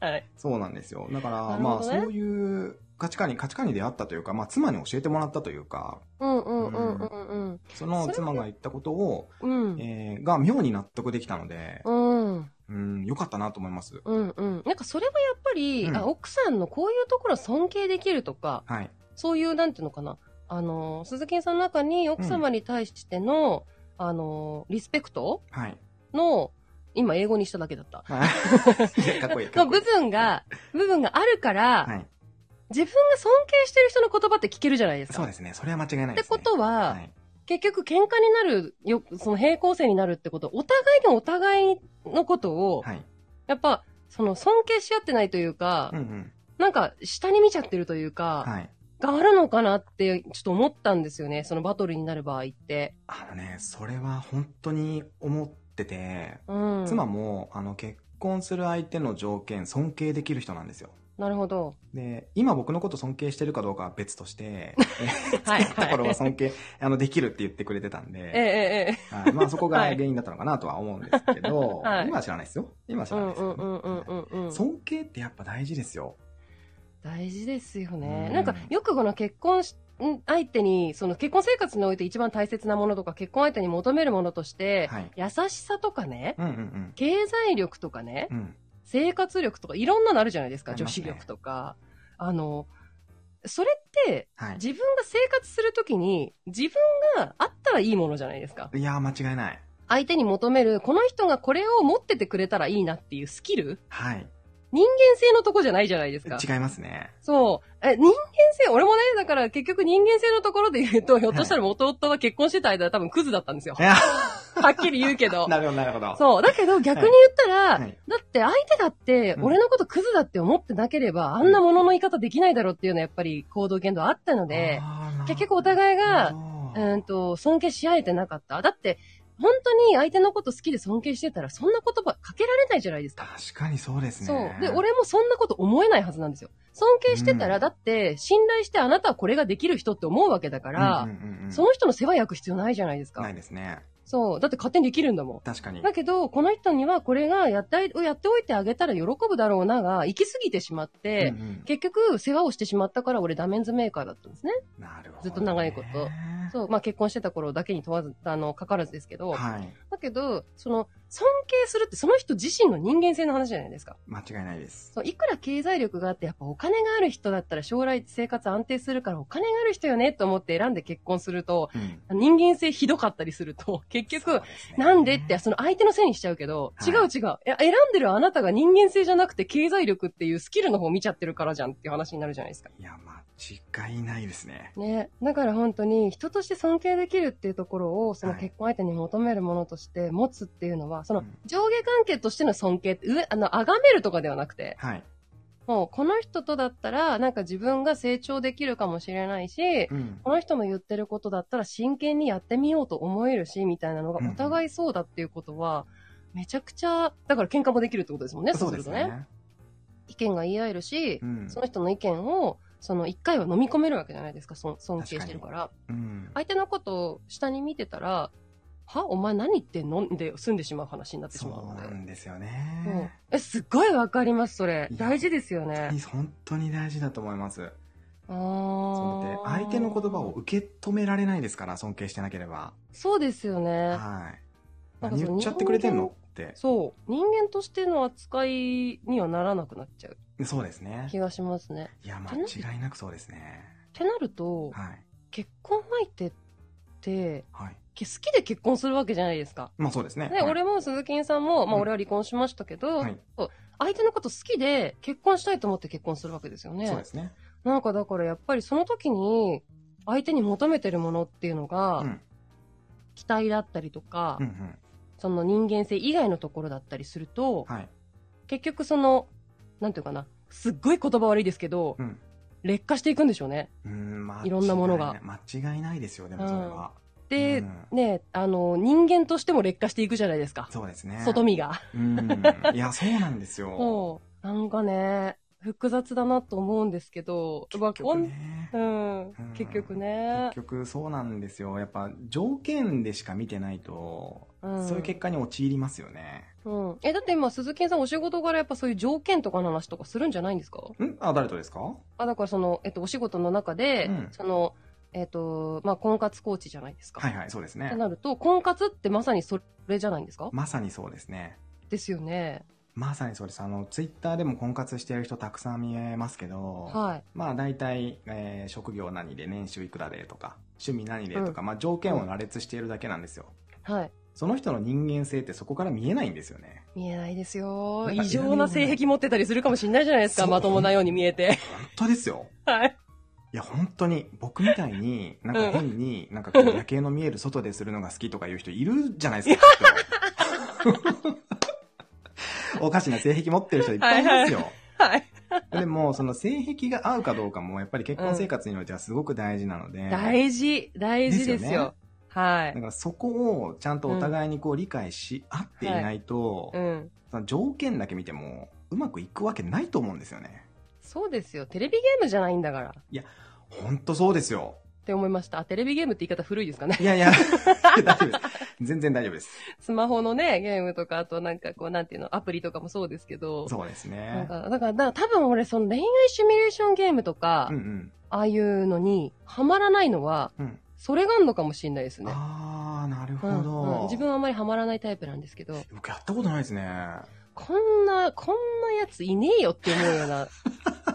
あ、はい。そうなんですよ。だから、なるまあほどねそういう価値観に、価値観に出会ったというか、まあ妻に教えてもらったというか、うん、うん、うん、うん、うん。そのそれ妻が言ったことを、うん。えーが妙に納得できたので、うん。うん、良かったなと思います。うんうん。なんかそれはやっぱり、うんあ奥さんのこういうところ尊敬できるとか、はい。そういう、なんていうのかな。あの、鈴木さんの中に奥様に対しての、あの、リスペクト はい。の、今英語にしただけだった。いやかっこいい。かっのこい部い。分が、部分があるから、はい。自分が尊敬してる人の言葉って聞けるじゃないですか。そうですね。それは間違いないっでてす、ね。ことは、はい。結局喧嘩になる、よ、その平行線になるってこと、お互いがお互いのことを、はい。やっぱ、その尊敬し合ってないというか、うんうん。なんか下に見ちゃってるというか、はい。があるのかなって、ちょっと思ったんですよね。そのバトルになる場合って。あのね、それは本当に思ってて、うん。妻も、あの、結婚する相手の条件、尊敬できる人なんですよ。なるほど。で、今僕のこと尊敬してるかどうかは別として、 は いえだからは尊敬、あの、できるって言ってくれてたんええで、ええ。はいまあそこがはい原因だったのかなとは思うんですけど、 はい今は知らないですよ。今は知うらないんですうけんどうんうんね。うんうん。尊敬ってやっぱ大事ですよ。大事ですようね。んなんかよくこの結婚しん相手に、その結婚生活において一番大切なものとか、結婚相手に求めるものとして、はい優しさとかね、うんうん経済力とかね、うん。うん。生活力とか、いろんなのあるじゃないですか、あり女ます子ね力とか。あの、それって、はい。自分が生活するときに、自分があったらいいものじゃないですか。いやー、間違いない。相手に求める、この人がこれを持っててくれたらいいなっていうスキルはい。人間性のとこじゃないじゃないですか。違います ね。そう。え、人間性、俺もね、だから結局人間性のところで言うと、ひょっとしたら元夫が結婚してた間は多分クズだったんですよい。や、はっきり言うけ ど。なるほど、なるほど。そう。だけど逆に言ったら、はい。だって相手だって、うん俺のことクズだって思ってなければ、あんなものの言い方できないだろうっていうのはやっぱり行動言動あったので、結局お互いいが、、うーんと、尊敬し合えてなかった。だって、本当に相手のこと好きで尊敬してたら、そんな言葉かけられないじゃないですか。確かにそうですね。そう。で、俺もそんなこと思えないはずなんですよ。尊敬してたら、うんだって、信頼してあなたはこれができる人って思うわけだから、うんうんうんうんその人の世話焼く必要ないじゃないですか。ないですね。そう。だって勝手にできるんだも確かにん。。だけど、この人にはこれがやってあやっておいてあげたら喜ぶだろうなが、行き過ぎてしまって、うんうん結局、世話をしてしまったから俺ダメンズメーカーだったんですね。なるほどねずっと長いことそう。まあ結婚してた頃だけに問わず、あの、かかわらずですけど、はい。だけど、その、尊敬するってその人自身の人間性の話じゃないですか。間違いないです。そういくら経済力があって、やっぱお金がある人だったら将来生活安定するからお金がある人よねと思って選んで結婚すると、うん人間性ひどかったりすると、結そう局、すねなんでって、その相手のせいにしちゃうけど、はい違う違う。いや、選んでるあなたが人間性じゃなくて経済力っていうスキルの方見ちゃってるからじゃんっていう話になるじゃないですか。いや、間違いないですね。ね。だから本当に人として尊敬できるっていうところを、そのはい結婚相手に求めるものとして持つっていうのは、そのうん上下関係としての尊敬って、上、あの、崇めるとかではなくて、はい。もうこの人とだったら、なんか自分が成長できるかもしれないし、うんこの人の言ってることだったら真剣にやってみようと思えるし、みたいなのがうんうんお互いそうだっていうことは、めちゃくちゃ、だから喧嘩もできるってことですもんね、そうするとね。。意見が言い合えるしう、んその人の意見を、その一回は飲み込めるわけじゃないですか、そん尊敬してるから。うん相手のことを下に見てたら、はお前何言ってんので済んでしまう話になってしまうそうのなで。んですようんね。え、すっごいわかります、それ。いや大事ですよね。本当に大事だと思います。あそうであ。相手の言葉を。受け止められないですから、尊敬してなければ。そうですよね。はい。なんか何その言っちゃってくれてんのって。そう。人間としての扱いにはならなくなっちゃうそうですね。気がしますね。いや、間違いなくそうですね。ってなると、はい。結婚相手って、はい。け好きで結婚するわけじゃないですか。まあそうですね。ね、はい俺も鈴木さんも、まあうん俺は離婚しましたけど、はい相手のこと好きで結婚したいと思って結婚するわけですよそうねで。すね。なんかだからやっぱりその時に、相手に求めてるものっていうのうが、ん。期待だったりとか、うんうん。その人間性以外のところだったりすると、はい。結局その、なんていうかな、すっごい言葉悪いですけど、うん劣化していくんでしょうね。うん、まあ。いろんなものが間違いないですよ、でもそれは。で、うんね、あの、人間としても劣化していくじゃないですか。そうですね。外見が。 うん。いや、そうなんですよ。そう。なんかね、複雑だなと思うんですけど、まあ結局ねこんうんうん、結局ね結。局そうなんですよ。やっぱ条件でしか見てないと、うんそういう結果に陥りますよね。うん。え、だって今、鈴木さんお仕事からやっぱそういう条件とかの話とかするんじゃないんですかんあ、誰とですかあ、だからその、えっと、お仕事の中で、うんその、えっと、まあ、婚活コーチじゃないですか。はいはい、そうですってね。なると、婚活ってまさにそれじゃないんですかまさにそうですね。ですよね。まさにそうです。あの、ツイッターでも婚活してる人たくさん見えますけど、はい。まあ大体、えー職業何で年収いくらでとか、趣味何でとか、まあ条件を羅列しているだけなんですよ。はい。その人の人間性ってそこから見えないんですよね。見えないですよ。なんか異常な性癖持ってたりするかもしれないじゃないですか。そうまともなように見え て。本当ですよ。はい。いや、本当に、僕みたいに、なんか変に、なんかこう夜景の見える外でするのが好きとかいう人いるじゃないですか。きっとおかしな性癖持ってる人いっぱいいますよ。はい。でも、その性癖が合うかどうかも、やっぱり結婚生活においてはすごく大事なので、大事。大事でですすよよね。はだい。からそこをちゃんとお互いにこう理解し合っていないと、うん。その条件だけ見てもうまくいくわけないと思うんですよね。そうですよ。テレビゲームじゃないんだから。っほんとそうですよ。て思いました。あ、テレビゲームって言い方古いですかね。 いやいや、大丈夫です。全然大丈夫です。スマホのね、ゲームとか、あとなんかこう、なんていうの、アプリとかもそうですけど。そうですなんね。か、だから、だから多分俺、その恋愛シミュレーションゲームとか、うんうん。ああいうのに、ハマらないのは、うんそれがあるのかもしれないですね。ああ、なるほうんうんど。自分はあまりハマらないタイプなんですけど、僕やったことないですね。こんな、こんなやついねえよって思うよ うな、なんか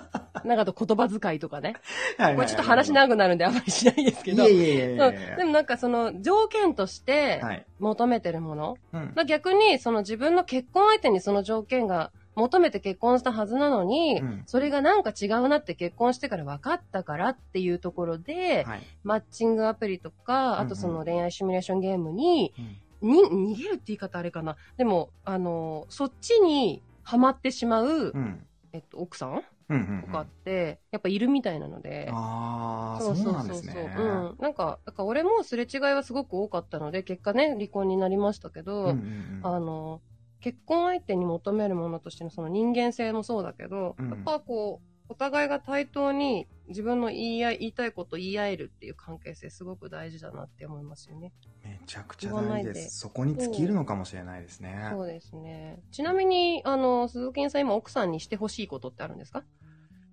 あと言葉遣いとかね。はいはいはいこれちょっと話長くなるんであまりしないですけど。いやいやいやういやんいでもなんかその条件としてや。はい。求めてるものうん。が逆にその自分の結婚相手にその条件が求めて結婚したはずなのに、うんそれがなんか違うなって結婚してから分かったからっていうところで、はい。マッチングアプリとか、あとその恋愛シミュレーションゲームに、うんに、逃げるって言い方あれかな。でも、あの、そっちにハマってしまう、うん。えっと、奥さんうんうんとうん。かって、やっぱいるみたいなので。ああ、そうなんですね。うん。なんか、だから俺もすれ違いはすごく多かったので、結果ね、離婚になりましたけうど、んうんうんあの、結婚相手に求めるものとしてのその人間性もそうだけど、うんやっぱこう、お互いが対等に自分の言い合い、言いたいこと言い合えるっていう関係性すごく大事だなって思いますよね。めちゃくちゃ大事言わないで。ですそこに尽きるのかもしれないですね。そうですね。ちなみに、あの、鈴木さん今奥さんにしてほしいことってあるんですか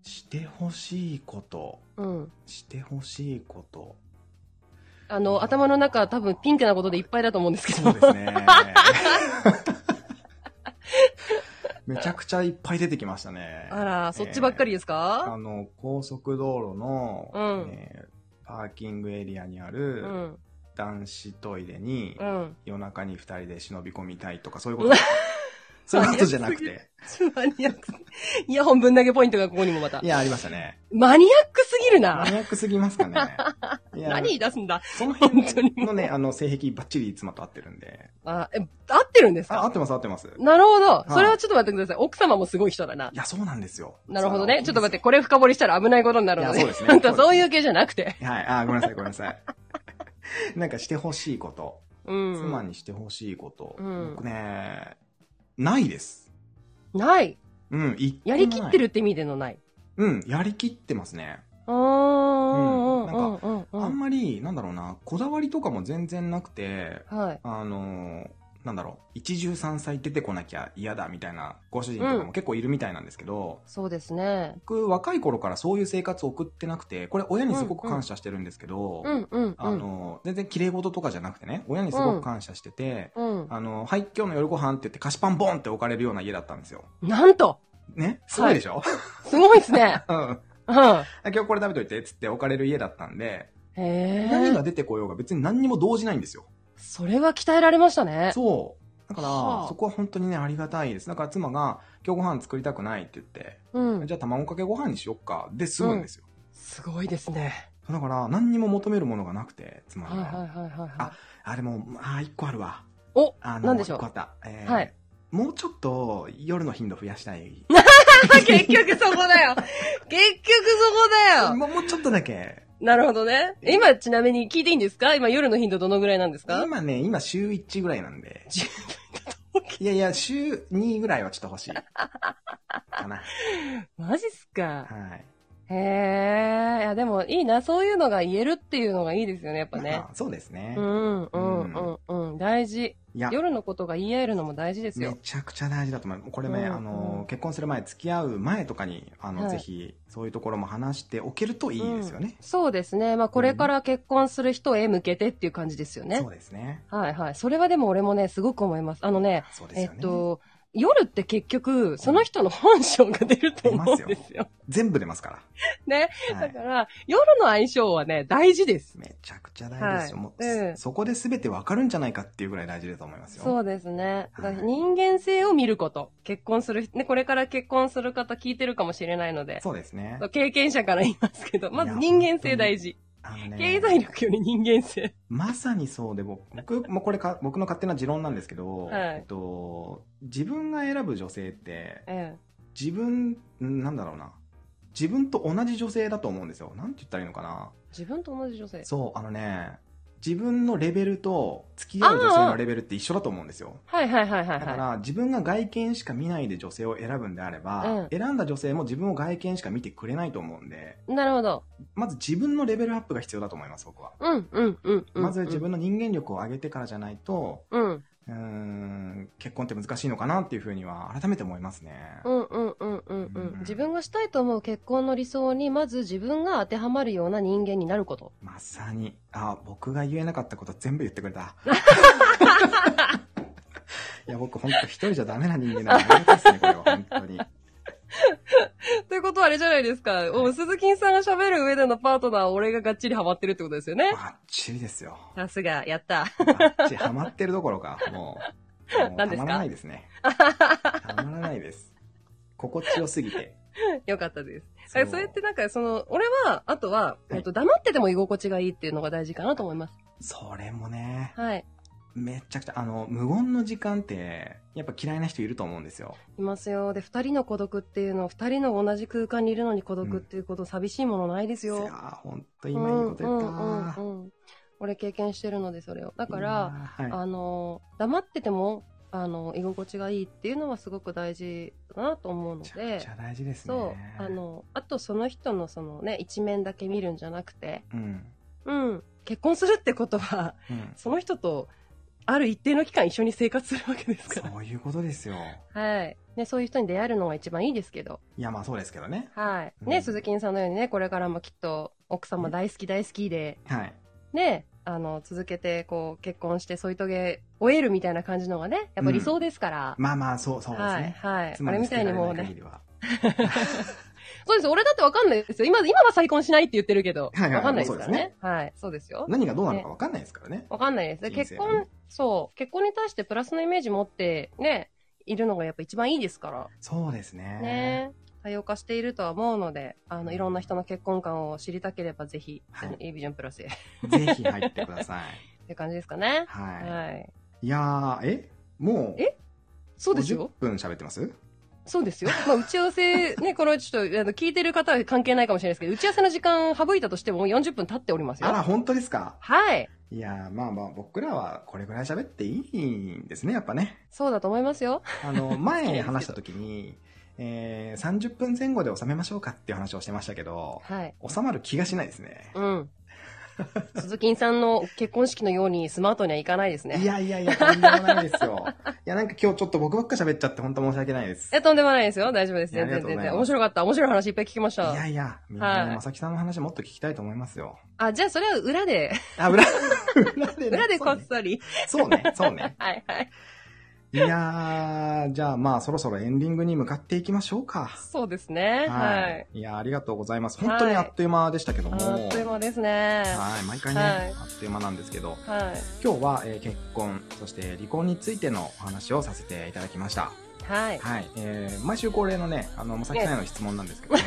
してほしいこと。うん。してほしいこと。あの、頭の中多分ピンクなことでいっぱいだと思うんですけそど。うです ね。めちゃくちゃいっぱい出てきましたね。あら、そっちばっかりですあか、の、高速道路の、うんえーパーキングエリアにあるうん。男子トイレにうん。 夜中に二人で忍び込みたいとかそういうことですか。 そういうことじゃなくて。マニアック。イヤホンぶん投げポイントがここにもまい。たや、ありましたね。マニアックすぎるマな。ニアックすぎますかね。 いや何言い出すんだその辺本当にのね、あの、性癖バッチリ妻と合ってるんで。あ、え、合ってるんですあ、合かってます合ってます。なるほど。いそれはちょっと待ってください。奥様もすごい人だな。いや、そうなんですよ。なるほどね。ちょっと待って、て。これ深掘りしたら危ないことになるのいで。やそうです ねあんたそういう系じゃなくて。はい、あ、ごめんなさいごめんなさい。 なんかしてほしいこと。うん。妻にしてほしいこと。うん僕ね、ないです。ない。うん、一個もやないりきってるって意味でのない。うん、やりきってますね。あー。なんか、うんあうんんまり、なんだろうな、こだわりとかも全然なくて、はい。あのーなんだろう、一汁三菜出てこなきゃ嫌だみたいなご主人とかうも結構いるみたいなんですけど、そうですね。僕、若い頃からそういう生活を送ってなくて、これ親にすごく感謝してるんですけど、うんうんうん。あのー全然綺麗事とかじゃなくてね、親にすごく感謝してて、うん。あのーはい、今日の夜ご飯って言って菓子パンボンって置かれるような家だったんですよ。なんとねすごいでしょ、すごいで すね。うん。うん。今日これ食べといてっつって置かれる家だったんで、へ何え。が出てこようが別に何にも動じないんですよ。それは鍛えられましたね。そう。だから、はあそこは本当にね、ありがたいです。だから妻が、今日ご飯作りたくないって言って、うん。じゃあ卵かけご飯にしよっか、で済むんですよ。すごいですね。だから、何にも求めるものがなくて、妻が。はいはいはいはいはい。あ、でも、あー、一個あるわ。おあ何でしょう一個あった。えーはいもうちょっと、夜の頻度増やしたい。 結局そこだよ。結局そこだよ。もうもうちょっとだけ。なるほどね。今ちなみに聞いていいんですか今夜の頻度どのぐらいなんですか今ね、今週1ぐらいなんで週。いやいや、週2ぐらいはちょっと欲しい。かな。マジっすか。はい。へえ。いやでもいいな。そういうのが言えるっていうのがいいですよね、やっぱねま。あそうですね。うんうんうんうん。大事。いや、夜のことが言い合えるのも大事ですめよ。ちゃくちゃ大事だと思います。これね、うんあの、結婚する前、付き合う前とかに、あの、はいぜひ、そういうところも話しておけるといいですよね。そうですね。まあこれから結婚する人へ向けてっていう感じですよねそう。ですね。はいはい。それはでも俺もね、すごく思います。あのね、そうですえよね。っと、夜って結局、その人の本性が出ると思うん出でますすよ。全部出ますかね。ら。はだいか。ら、夜の相性はね、大事です。めちゃくちゃ大事ですよ。はいもううんそこで全てわかるんじゃないかっていうぐらい大事だと思いますよ。そうですね。だからはい人間性を見ること。結婚する、ね、これから結婚する方聞いてるかもしれないので。そうですね。経験者から言いますけど、いやまず人間性大事。あのね経済力より人間性。まさにそうで、僕、 僕もうこれか、僕の勝手な持論なんですけど、はいえっと、自分が選ぶ女性って、え自分、んなんだろうな。自分と同じ女性だと思うんですよ。なんて言ったらいいのかな。自分と同じ女性。そう、あのね、自分のレベルと付き合う女性のレベルって一緒だと思うんですよ。はいはいはいはいだかはら自分が外見しか見ないで女性を選ぶんであれば、選んだ女性も自分を外見しか見てくれないと思うんで、い。なるほど。まず自分のレベルアップが必要だと思います、僕は。うんうんうんうん。まず自。分の人間力を上げてからじゃないと、うん。うーん、結婚って難しいのかなっていうふうには改めて思いますね。うんうんうんうんううんん。自分がしたいと思う結婚の理想に、まず自分が当てはまるような人間になること。まさに。あ、僕が言えなかったこと全部言ってくれ た。いや、僕ほんと一人じゃダメな人間だなですね、これは本当に。ということはあれじゃないですか。お鈴木さんが喋る上でのパートナー、俺ががっちりハマってるってことですよね。バッチリですよ。 さすが、やった。 バッチリハマってるどころか、もう、もうた何ですまからないですね。たまらないです。心地よすぎて。よかったです。そそうれってなんか、その、俺は、あとは、いえっと、黙ってても居心地がいいっていうのが大事かなと思います。それもね、はい。めちゃくちゃ、あの、無言の時間って、やっぱ嫌いな人いると思うんですよ。いますよ。で、二人の孤独っていうの、二人の同じ空間にいるのに孤独っていうこと、寂しいものないですいやよ。ー、ほんと今いいこと言ったなうんうんうんうん俺経験してるので、それを。だだから、、いいなーはいあの、黙ってても、あの、居心地がいいっていうのはすごく大事だなと思うのめで。ちゃくちゃ大事ですね。そう、あ、の、あとその人のそのね、一面だけ見るんじゃなくて、うん。うん、結婚するってことは、 うん。その人と、ある一定の期間一緒に生活するわけですから。そういうことですよ。 はい。ね、そういう人に出会えるのが一番いいですけど。いや、まあそうですけどね。はい。うね、ん鈴木さんのようにね、これからもきっと、奥様大好き大好きで、はい。ね、あの、続けて、こう、結婚して、添い遂げ終えるみたいな感じのがね、やっぱ理想ですから。まあまあ、そう、そうですはい、ね。はい。つこまれりみたいにもう捨てられないね限。りはそうです。俺だってわかんないですよ。今、今は再婚しないって言ってるけど。はいはいはいわかんないですからそうでね。はい。そうですよ。何がどうなのか分かんないですからね。わかんないです。で人結生のね婚、そう、結婚に対してプラスのイメージ持ってね、いるのがやっぱ一番いいですかそうですら。ね。ね。多様化しているとは思うので、あの、いろんな人の結婚観を知りたければ、ぜひ、はいあの A ビジョンプラスへ っぜひ入ってくだ さい。て感じですかね。ははい。い。いやー、えもう、えそうです50よ。分喋ってますそうですよ。まあ、打ち合わせ、ね、 これちょっと、あの、聞いてる方は関係ないかもしれないですけど、打ち合わせの時間省いたとしてももう40分経っておりますあら、よ。本当ですかはい。いやー、まあまあ、僕らはこれぐらい喋っていいんですね、やっぱね。そうだと思いますよ。あ の、前話した時に、えー、30分前後で収めましょうかっていう話をしてましたけど、はい。収まる気がしないですね。 うん。鈴木さんの結婚式のようにスマートにはいかないですね。いやいやいや、とんでもないです よ。いや、なんか今日ちょっと僕ばっか喋っちゃって本当申し訳ないです。いや、とんでもないですよ。大丈夫です。いや全然ありがとう全ございま然。す面白かった。面白い話いっぱい聞きましいた。やいや、みんなはね、いまさきさんの話もっと聞きたいと思いますよ。あ、じゃあそれは裏で、あ、裏、裏で、ね、裏でこっそそり。うね、そうね。そうねはいはい。いやー、じゃあまあそろそろエンディングに向かっていきましょうか。そうですね。はい。い。いやー、ありがとうございます。本当にあっという間でしたけども。あっという間ですね。はい、毎回ね、はいあっという間なんですけど、はい。今日は、えー結婚、そして離婚についてのお話をさせていただきました。はい。はい、えー毎週恒例のね、あの、まさきさんへの質問なんですけど も、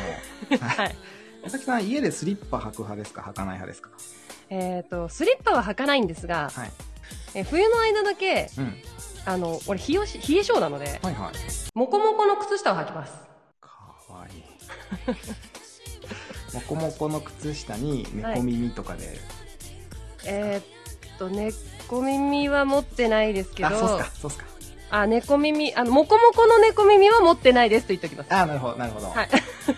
ははいい。まさきさん、家でスリッパ履く派ですか履かない派ですかえっと、スリッパは履かないんですが、はい。え冬の間だけ、うん。あの、俺、冷えし、冷え性なので、はいはい。もこもこの靴下を履きます。かわいい。もこもこの靴下に猫耳とかで、えーっと、猫耳は持ってないですけどあ、、そうっすか、そうっすか。あ、猫耳、あの、もこもこの猫耳は持ってないですと言っておきます。あ、なるほど、なるほど。はい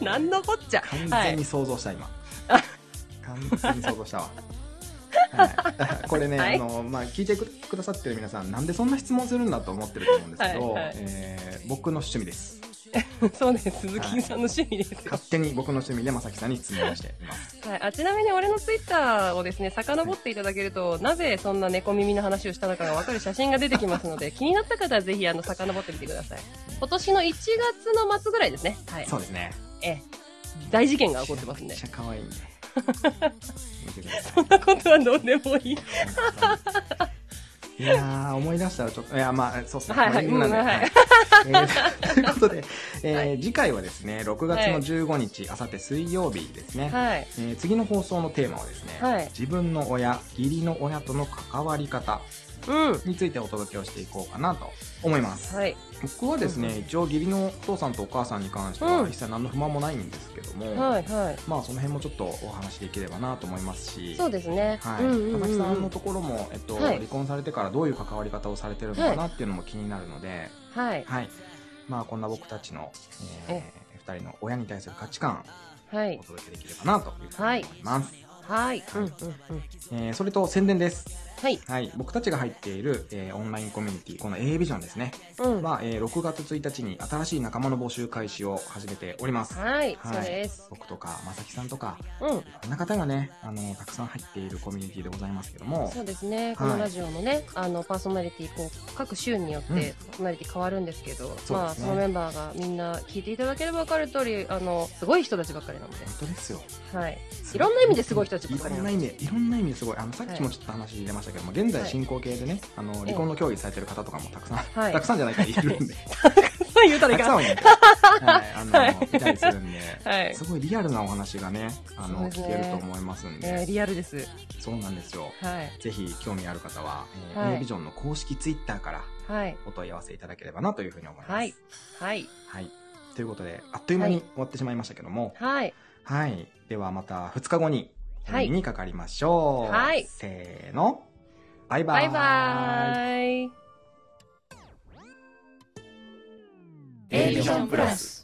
えー なんのこっちゃ。完は全いに想像した、今完全に想像したわはい、これね、はいあのまあ、聞いてくださってる皆さんなんでそんな質問するんだと思ってると思うんですけど、はいはいえー僕の趣味ですそうです。鈴木さんの趣味ですよ。勝手に僕の趣味でまさきさんに質問をしていますはい。あ、ちなみに俺のツイッターをですね、遡っていただけると、なぜそんな猫耳の話をしたのかがわかる写真が出てきますの で、気になった方はぜひ、あの、遡ってみてください。今年の1月の末ぐらいですね。はい。そうですねええ。 大事件が起こってますんでめち。ゃくちゃ可愛いんで見てくださいそんなことはどうでもいい。本当にいやー思い出したらちょっといやまあそうっすねはいはいまあなんでうんははいいえーということで、えー次回はですね6月の15日あさって水曜日ですね、はい。えー次の放送のテーマはですね、はい自分の親義理の親との関わり方うん。についてお届けをしていこうかなと思います。はい。僕はですね、一応義理のお父さんとお母さんに関してはうん一切何の不満もないんですけども、はい、はい。まあその辺もちょっとお話しできればなと思いますし、そうですね。はい、うん田うん崎さんうのん。ところも、えっとはい離婚されてからどういう関わり方をされてるのかなっていうのも気になるので、はい。はいまあ、こんな僕たちの、ええ2人の親に対する価値観はいお。届けできればなというふうに思います、はい。うん、うん、うん。えーそれと宣伝です、はい。はい、僕たちが入っている、えーオンラインコミュニティこの A ビジョンですねうん。は、えー6月1日に新しい仲間の募集開始を始めておりますはい。はそういです。僕とかまさきさんとかうん。いろんな方がねあのたくさん入っているコミュニティでございますけどもそうですね、このラジオのね、あのパーソナリティこう各週によってうんパーソナリティ変わるんですけど、すねまあそのメンバーがみんな聞いていただければ分かる通り、あのすごい人たちばっかりなので、本当ですよはい、いろんな意味ですごい人たちばいっかりろなんなの意で、味でいろんな意味ですごいあのさっきもちょっと話出ましたけども、現在進行形でねあの離婚の協議されてる方とかもたくさん、はいたくさんじゃないかいるんで、そう 言うたらたいくかさん はんいないから、はい、あの、い、はいたりするんで、はいすごいリアルなお話がねあの、そうです聞ねけると思いますんで、えー、リアルです。そうなんですよはい、ぜひ興味ある方は、えーはい A ビジョンの公式ツイッターからはい、お問い合わせいただければなというふうに思います。はい、はい、はいということであっという間に終わってしまいましたけども、はい、はいではまた2日後におはい耳にかかりましょう、はいせーのバイババーイバーイ。é um エイビジョンプラス